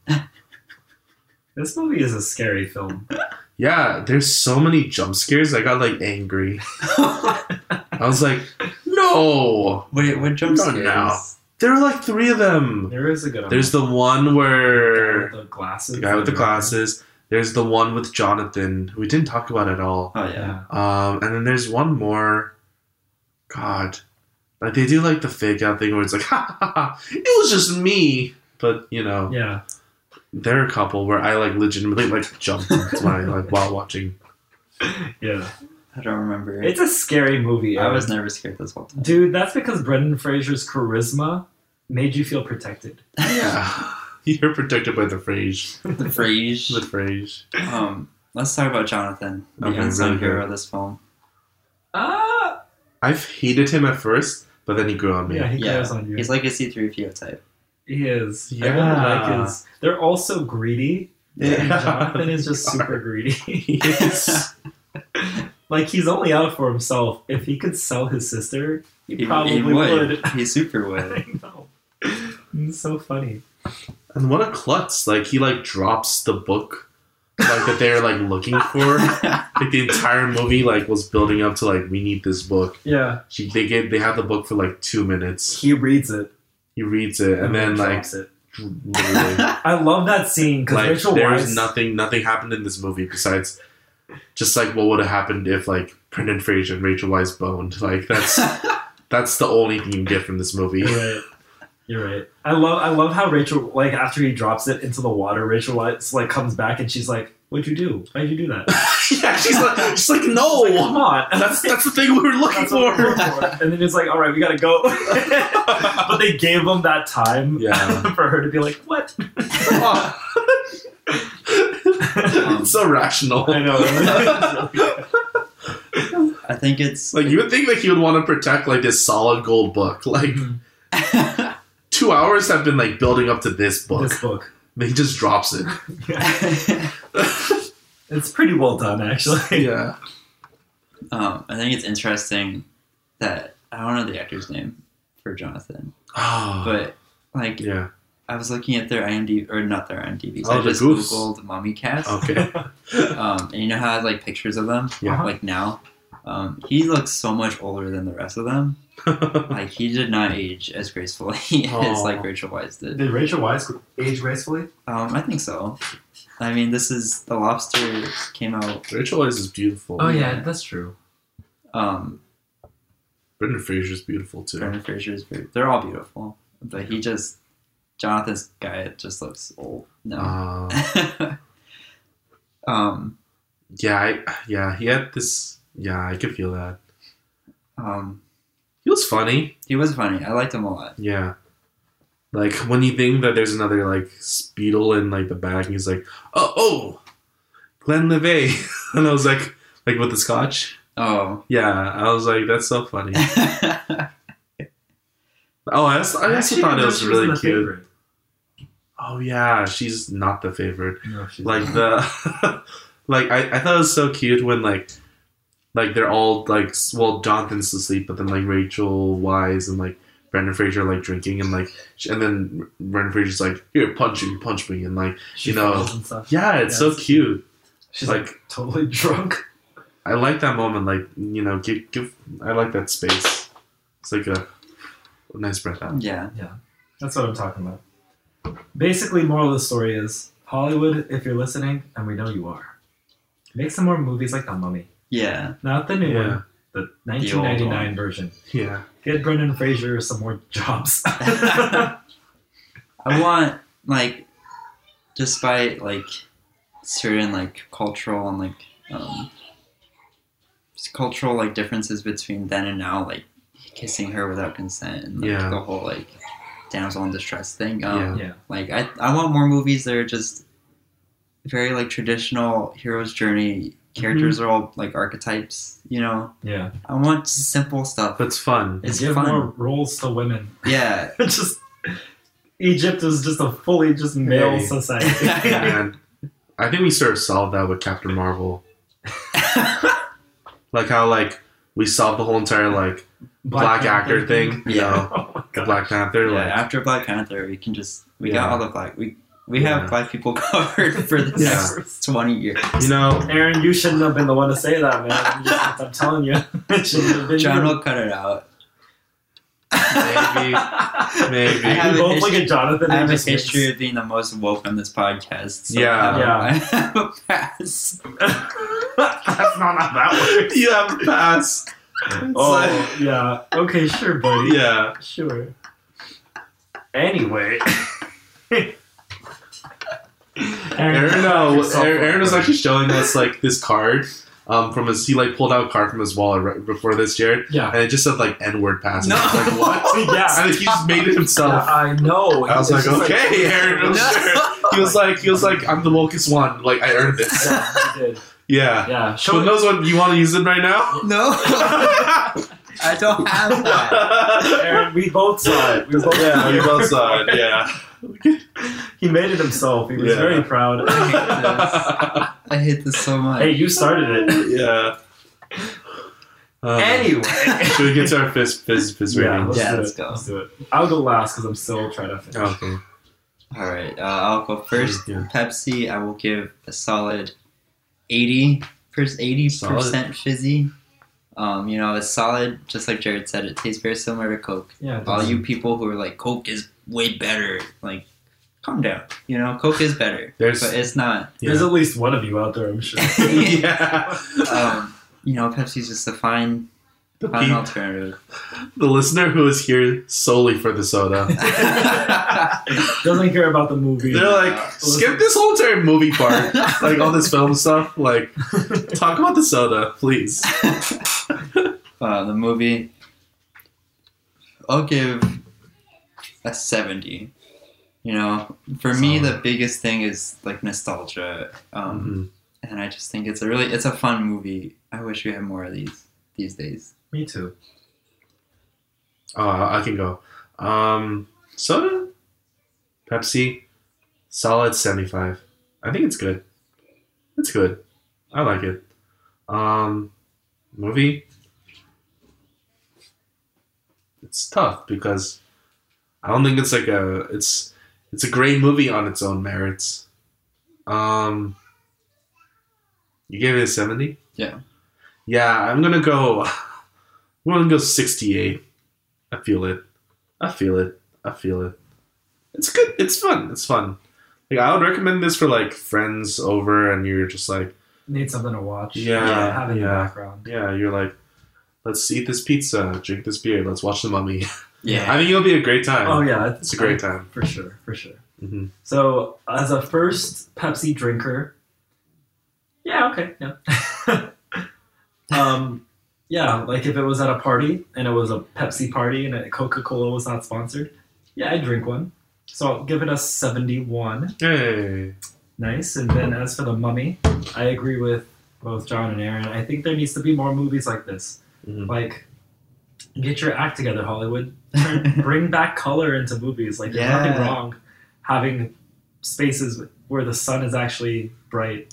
E: this movie is a scary film.
A: Yeah, there's so many jump scares. I got like angry. I was like, no.
B: Wait, what jump
A: Not
B: scares?
A: now. There are like three of them.
E: There is a good.
A: There's
E: amount.
A: the one
E: guy
A: where
E: with the glasses.
A: the guy with the glasses. There's the one with Jonathan, who we didn't talk about at all.
B: Oh yeah.
E: Yeah.
A: Um, and then there's one more. God, like they do like the fake out thing where it's like, ha ha ha, it was just me. But you know,
E: Yeah.
A: there are a couple where I like legitimately like jumped when I like while watching.
E: Yeah.
B: I don't remember.
E: It's a scary movie.
B: I
E: Aaron.
B: was never scared this whole time.
E: Dude, that's because Brendan Fraser's charisma made you feel protected.
A: Yeah, you're protected by the phrase.
B: the phrase.
A: The phrase.
B: Um, let's talk about Jonathan, the
A: Okay,
B: unsung
A: really good.
B: hero of this film.
E: Ah,
A: I've hated him at first, but then he grew on me.
E: yeah, he
B: Yeah.
E: cares on you.
B: He's like a C-3PO type.
E: he is. I really
A: Yeah.
E: like his. They're all so greedy. And Jonathan is just super greedy.
A: Yes.
E: like he's only out for himself. If he could sell his sister, he,
B: He- he
E: probably
B: would.
E: would.
B: He super would.
E: I know. It's so funny.
A: And what a klutz! Like he like drops the book, like that they're like looking for. Like the entire movie like was building up to like we need this book.
E: Yeah,
A: She they get they have the book for like two minutes.
E: he reads it
A: He reads it and then like
E: drops it.
A: literally,
E: I love that scene because
A: like
E: Rachel
A: there was
E: Weisz.
A: nothing nothing happened in this movie besides just like what would have happened if like Brendan Fraser and Rachel Weisz boned. Like that's that's the only thing you get from this movie.
E: You're right. You're right. I love I love how Rachel like after he drops it into the water, Rachel Weisz like comes back and she's like, "What'd you do? Why'd you do that?"
A: yeah, she's like she's like no.
E: Like, Come on.
A: that's that's the thing we were looking
E: That's what
A: for.
E: we're for. And then it's like, all right, we gotta go. but they gave him that time
A: Yeah.
E: for her to be like, what?
B: Um,
A: it's so rational.
E: I know.
B: I think it's
A: Like you would think that he would want to protect like this solid
E: Hmm.
A: gold book. Like two hours have been like building up to this book.
E: This book.
A: He just drops it.
E: it's pretty well done, actually.
A: yeah.
B: um, I think it's interesting that I don't know the actor's name for Jonathan,
A: Oh,
B: but like
A: yeah.
B: I was looking at their IMDb or not their IMDb.
A: Oh,
B: I
A: the
B: just
A: goofs.
B: googled mummy cast.
A: Okay.
B: Um, and you know how I have like pictures of them,
A: Yeah.
B: like now. Um, he looks so much older than the rest of them. Like he did not age as gracefully as
A: Aw.
B: like Rachel Weisz did.
E: Did Rachel Wise age gracefully?
B: Um, I think so. I mean, this is the lobster came out.
A: Rachel Weisz is beautiful.
E: Oh yeah, that's true.
B: Um,
A: Brendan Fraser's beautiful too.
B: Brendan Fraser is very, they're all beautiful, but he just Jonathan's guy just looks old. No.
A: Um,
B: um,
A: yeah, I, yeah, he had this. Yeah, I could feel that.
B: um,
A: He was funny.
B: he was funny. I liked him a lot.
A: Yeah. Like when you think that there's another like beetle in like the back, he's like, "Oh, oh, Glenn Levay," and I was like, like with the scotch.
B: Oh.
A: Yeah, I was like, that's so funny. Oh, I also, I also
E: actually
A: thought it
E: didn't
A: was
E: know she
A: really
E: in
A: cute.
E: the favorite.
A: Oh yeah, she's not the favorite.
E: No, she's
A: like the like I, I thought it was so cute when like like they're all like s- well Jonathan's asleep but then like Rachel Wise and like Brendan Fraser like drinking and like sh- and then Brendan Fraser's like here punch me punch me and like
E: she
A: you know,
E: falls and stuff.
A: yeah it's so
E: Yes.
A: cute
E: She's like,
A: like-
E: totally drunk.
A: I like that moment like you know give give I like that space it's like a, a nice breath out
B: yeah.
E: That's what I'm talking about. Basically, moral of the story is Hollywood. If you're listening, and we know you are, make some more movies like The Mummy,
B: Yeah.
E: not the new
A: yeah
E: one, the
B: old
E: 1999
B: one.
E: version.
A: yeah
E: Get Brendan Fraser some more jobs.
B: I want like, despite like certain like cultural and like um, just cultural like differences between then and now, like kissing her without consent and like,
A: Yeah.
B: the whole like damsel in distress thing. Um,
A: Yeah.
E: yeah.
B: Like I, I want more movies that are just very like traditional hero's journey. Characters
A: Mm-hmm.
B: are all like archetypes, you know.
E: Yeah.
B: I want simple stuff.
A: but it's fun
B: It's
E: Give
B: fun.
E: more roles to women.
B: Yeah.
E: just Egypt is just a fully just male
A: Hey.
E: society.
A: and I think we sort of solved that with Captain Marvel like how like we solved the whole entire like black, actor thing, you
B: Yeah.
A: know,
E: Oh my
A: the
E: god.
A: Black Panther,
B: yeah,
A: like
B: after Black Panther, we can just we
A: Yeah.
B: got all the black we we
A: Yeah.
B: have black people covered for the
A: Yeah.
B: next twenty years.
A: you know,
E: Aaron, you shouldn't have been the one to say that, man. I'm, just- I'm telling you. It shouldn't have been
B: John
E: you.
B: will cut it out.
A: maybe, maybe.
B: I have
E: We
B: a
E: both look
B: history-
E: at Jonathan
B: I have
E: and
B: a
E: just
B: history of being the most woke on this podcast. So
A: Yeah.
B: I
E: Yeah.
B: have a pass.
E: That's not how that works.
A: you have a pass.
E: Oh, yeah. Okay, sure, buddy.
A: yeah.
E: Sure. Anyway.
A: Aaron,
E: knock
A: no,
E: yourself
A: Aaron, Aaron was
E: out.
A: actually showing us like this card. Um, from his, he like pulled out a card from his wallet right before this, Jared,
E: Yeah.
A: and it just said like N word pass. And
B: No.
A: I was like what?
E: Yeah.
A: And he just made it
E: Yeah,
A: himself.
E: Uh, I know.
A: I was
E: It's
A: like,
E: just
A: okay, Aaron. I'm sure. He was like, he was like, I'm the wokest one. Like I earned this.
E: Yeah, you did.
A: Yeah.
E: Yeah, show
A: But
E: it.
A: those one, you want to use it right now?
B: No, I don't have that.
E: Aaron, we both saw it. We both
A: yeah, we both saw it. Yeah.
E: He made it himself. He was
A: Yeah.
E: very proud.
B: I I hate this so much.
E: hey, you started it.
A: yeah. Um,
E: Anyway.
A: should we get to our fizz fizz fizz
E: Yeah,
A: rating?
E: let's,
B: Yeah,
E: do
B: let's
E: it.
B: go.
E: let's do it. I'll go last because I'm still trying to finish.
A: Okay.
B: All right, uh, I'll go first.
A: Yeah.
B: Pepsi, I will give a solid 80 eighty
A: Solid.
B: percent fizzy. Um, you know, it's solid. Just like Jared said, it tastes very similar to Coke.
E: Yeah, it
B: All
E: does.
B: you people who are like, Coke is way better. Like, calm down. You know, Coke is better,
A: There's-
B: but it's not.
E: There's
A: Yeah.
E: at least one of you out there, I'm sure.
A: yeah.
B: Um, you know, Pepsi's just a fine,
A: The,
B: fine
A: pe-
B: alternative.
A: the listener who is here solely for the soda.
E: Doesn't care about the movie.
A: They're like, skip this whole entire movie part, like all this film stuff. Like, talk about the soda, please.
B: uh, the movie. I'll give a 70. You know, for me, the biggest thing is like nostalgia. Um,
A: Mhm.
B: And I just think it's a really, it's a fun movie. I wish we had more of these these days.
E: Me too.
A: Uh, I can go. Um, soda, Pepsi. Solid 75. I think it's good. It's good. I like it. Um, movie. It's tough because I don't think it's like a it's it's a great movie on its own merits. Um, you gave it a seventy.
B: Yeah.
A: Yeah, I'm gonna go. I'm gonna go sixty-eight. I feel it. I feel it. I feel it. It's good. It's fun. It's fun. Like I would recommend this for like friends over, and you're just like,
E: Need something to watch.
A: Yeah,
E: Have in the
A: yeah.
E: background.
A: yeah, you're like, let's eat this pizza, drink this beer, let's watch the mummy.
B: Yeah.
A: I think it'll be a great time.
E: Oh yeah,
A: it's a great time.
E: for sure, for sure.
A: hmm
E: So, as a first Pepsi drinker, yeah, okay, yeah. um, yeah, like if it was at a party and it was a Pepsi party and Coca Cola was not sponsored, yeah, I'd drink one. So, I'll give it a 71.
A: Hey.
E: Nice. And then as for the mummy, I agree with both John and Aaron. I think there needs to be more movies like this.
A: Mhm.
E: Like, get your act together, Hollywood. Turn- Bring back color into movies. Like, there's nothing
B: Yeah.
E: wrong having spaces where the sun is actually bright.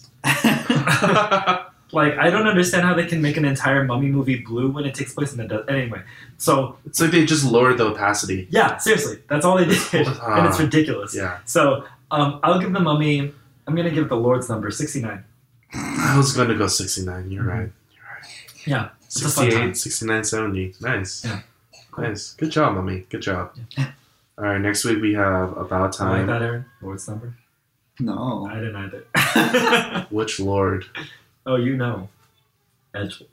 E: Like, I don't understand how they can make an entire mummy movie blue when it takes place in the desert. Anyway, so
A: It's like they just lowered the opacity.
E: yeah, seriously, that's all they did, and it's
A: Ah,
E: ridiculous.
A: Yeah,
E: So, um, I'll give the mummy. I'm gonna give the Lord's number 69.
A: I was going to go 69. You're right. You're right.
E: Mm-hmm. Yeah, it's a fun time.
A: 68, 69, 70. Nice.
E: Yeah. Cool.
A: Nice. Good job, mummy. Good job. All right, next week we have About
E: I like
A: Time.
E: that, Aaron. Lord's number.
B: no.
E: I didn't either.
A: Which Lord?
E: oh, you know, Edgelord.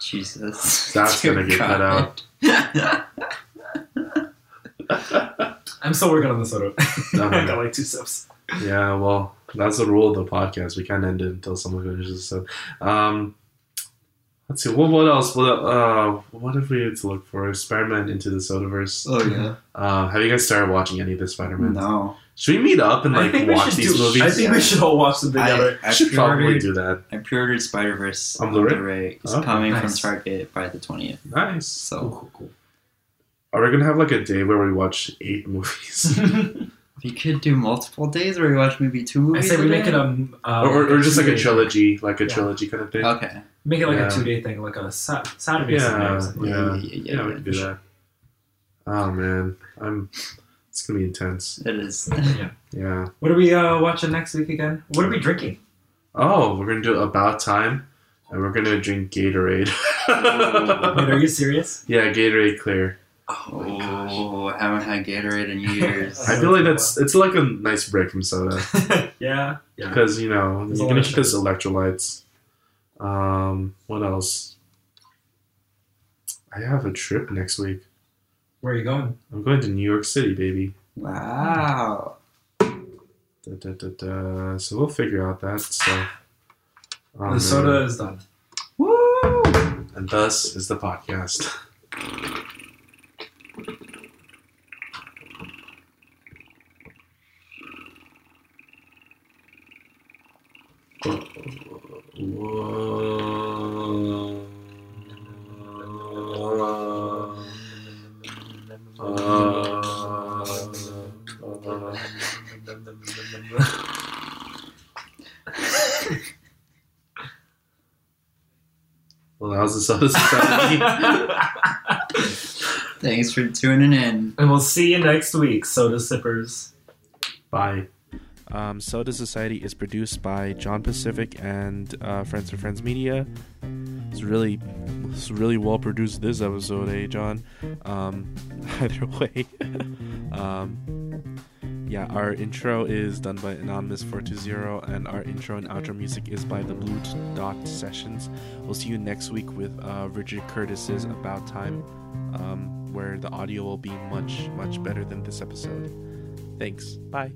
B: Jesus.
A: That's
B: Dear
A: gonna get cut
B: God.
E: I'm still working on the soda.
A: No, no,
E: I got
A: no.
E: like two sips.
A: Yeah, well, that's the rule of the podcast. We can't end it until someone finishes. So, um, let's see. What, what else? What uh, what if we had to look for? Spider-Man into the Sodaverse.
B: oh yeah.
A: Uh, have you guys started watching any of the Spider-Man?
B: No.
A: Should we meet up and
E: I
A: like
E: think we
A: watch
E: should
A: these
E: do.
A: movies?
E: I think we should all watch them
B: I,
E: together.
B: I,
A: should probably
B: pre-ordered,
A: do that.
B: I pre-ordered Spider Verse
A: On Blu-ray?
B: It's
A: Okay,
B: coming
E: nice.
B: from Target by the twentieth.
A: Nice.
B: So-
A: Oh, cool, cool, cool. Are we gonna have like a day where we watch eight movies,
B: We could do multiple days where we watch maybe two
E: I
B: movies.
E: say we
B: a
E: make
B: day.
E: it a um, uh,
A: or, or just like a
E: two-day-
A: trilogy, like a
E: Yeah.
A: trilogy kind of thing?
B: Okay.
E: Make it like
A: Yeah.
E: a two day thing, like a sa- Saturday, Sunday, or
A: yeah,
E: something.
A: yeah,
B: Yeah,
A: yeah,
B: yeah, yeah,
A: We
B: yeah,
A: can do
B: for
A: that. Oh man, I'm. It's gonna be intense.
B: It is.
A: Yeah.
E: What are we uh, watching next week again? What are we drinking?
A: Oh, we're gonna do about time, and we're gonna drink Gatorade.
E: Wait, are you serious?
A: yeah, Gatorade clear.
E: my gosh.
B: Oh, I haven't had Gatorade in years.
A: I feel like that's it's like a nice break from soda
E: yeah, yeah.
A: because you know
E: There's a
A: you're
E: lot
A: gonna
E: of
A: get those electrolytes. Um, what else? I have a trip next week.
E: Where are you going?
A: I'm going to New York City, baby.
B: wow.
A: Da, da, da, da. So we'll figure out that. So Oh,
E: the
A: man.
E: soda is done.
B: Woo!
A: and thus is the podcast. Well, that was the soda society.
B: Thanks for tuning in.
E: And we'll see you next week, soda sippers.
A: Bye.
F: Um, Soda Society is produced by John Pacific and uh, Friends for Friends Media. It's really, it's really well produced this episode, eh, John? Um, either way, um, yeah, our intro is done by Anonymous Four Two Zero, and our intro and outro music is by the Blue Dot Sessions. We'll see you next week with uh, Richard Curtis's About Time, um, where the audio will be much, much better than this episode. Thanks. Bye.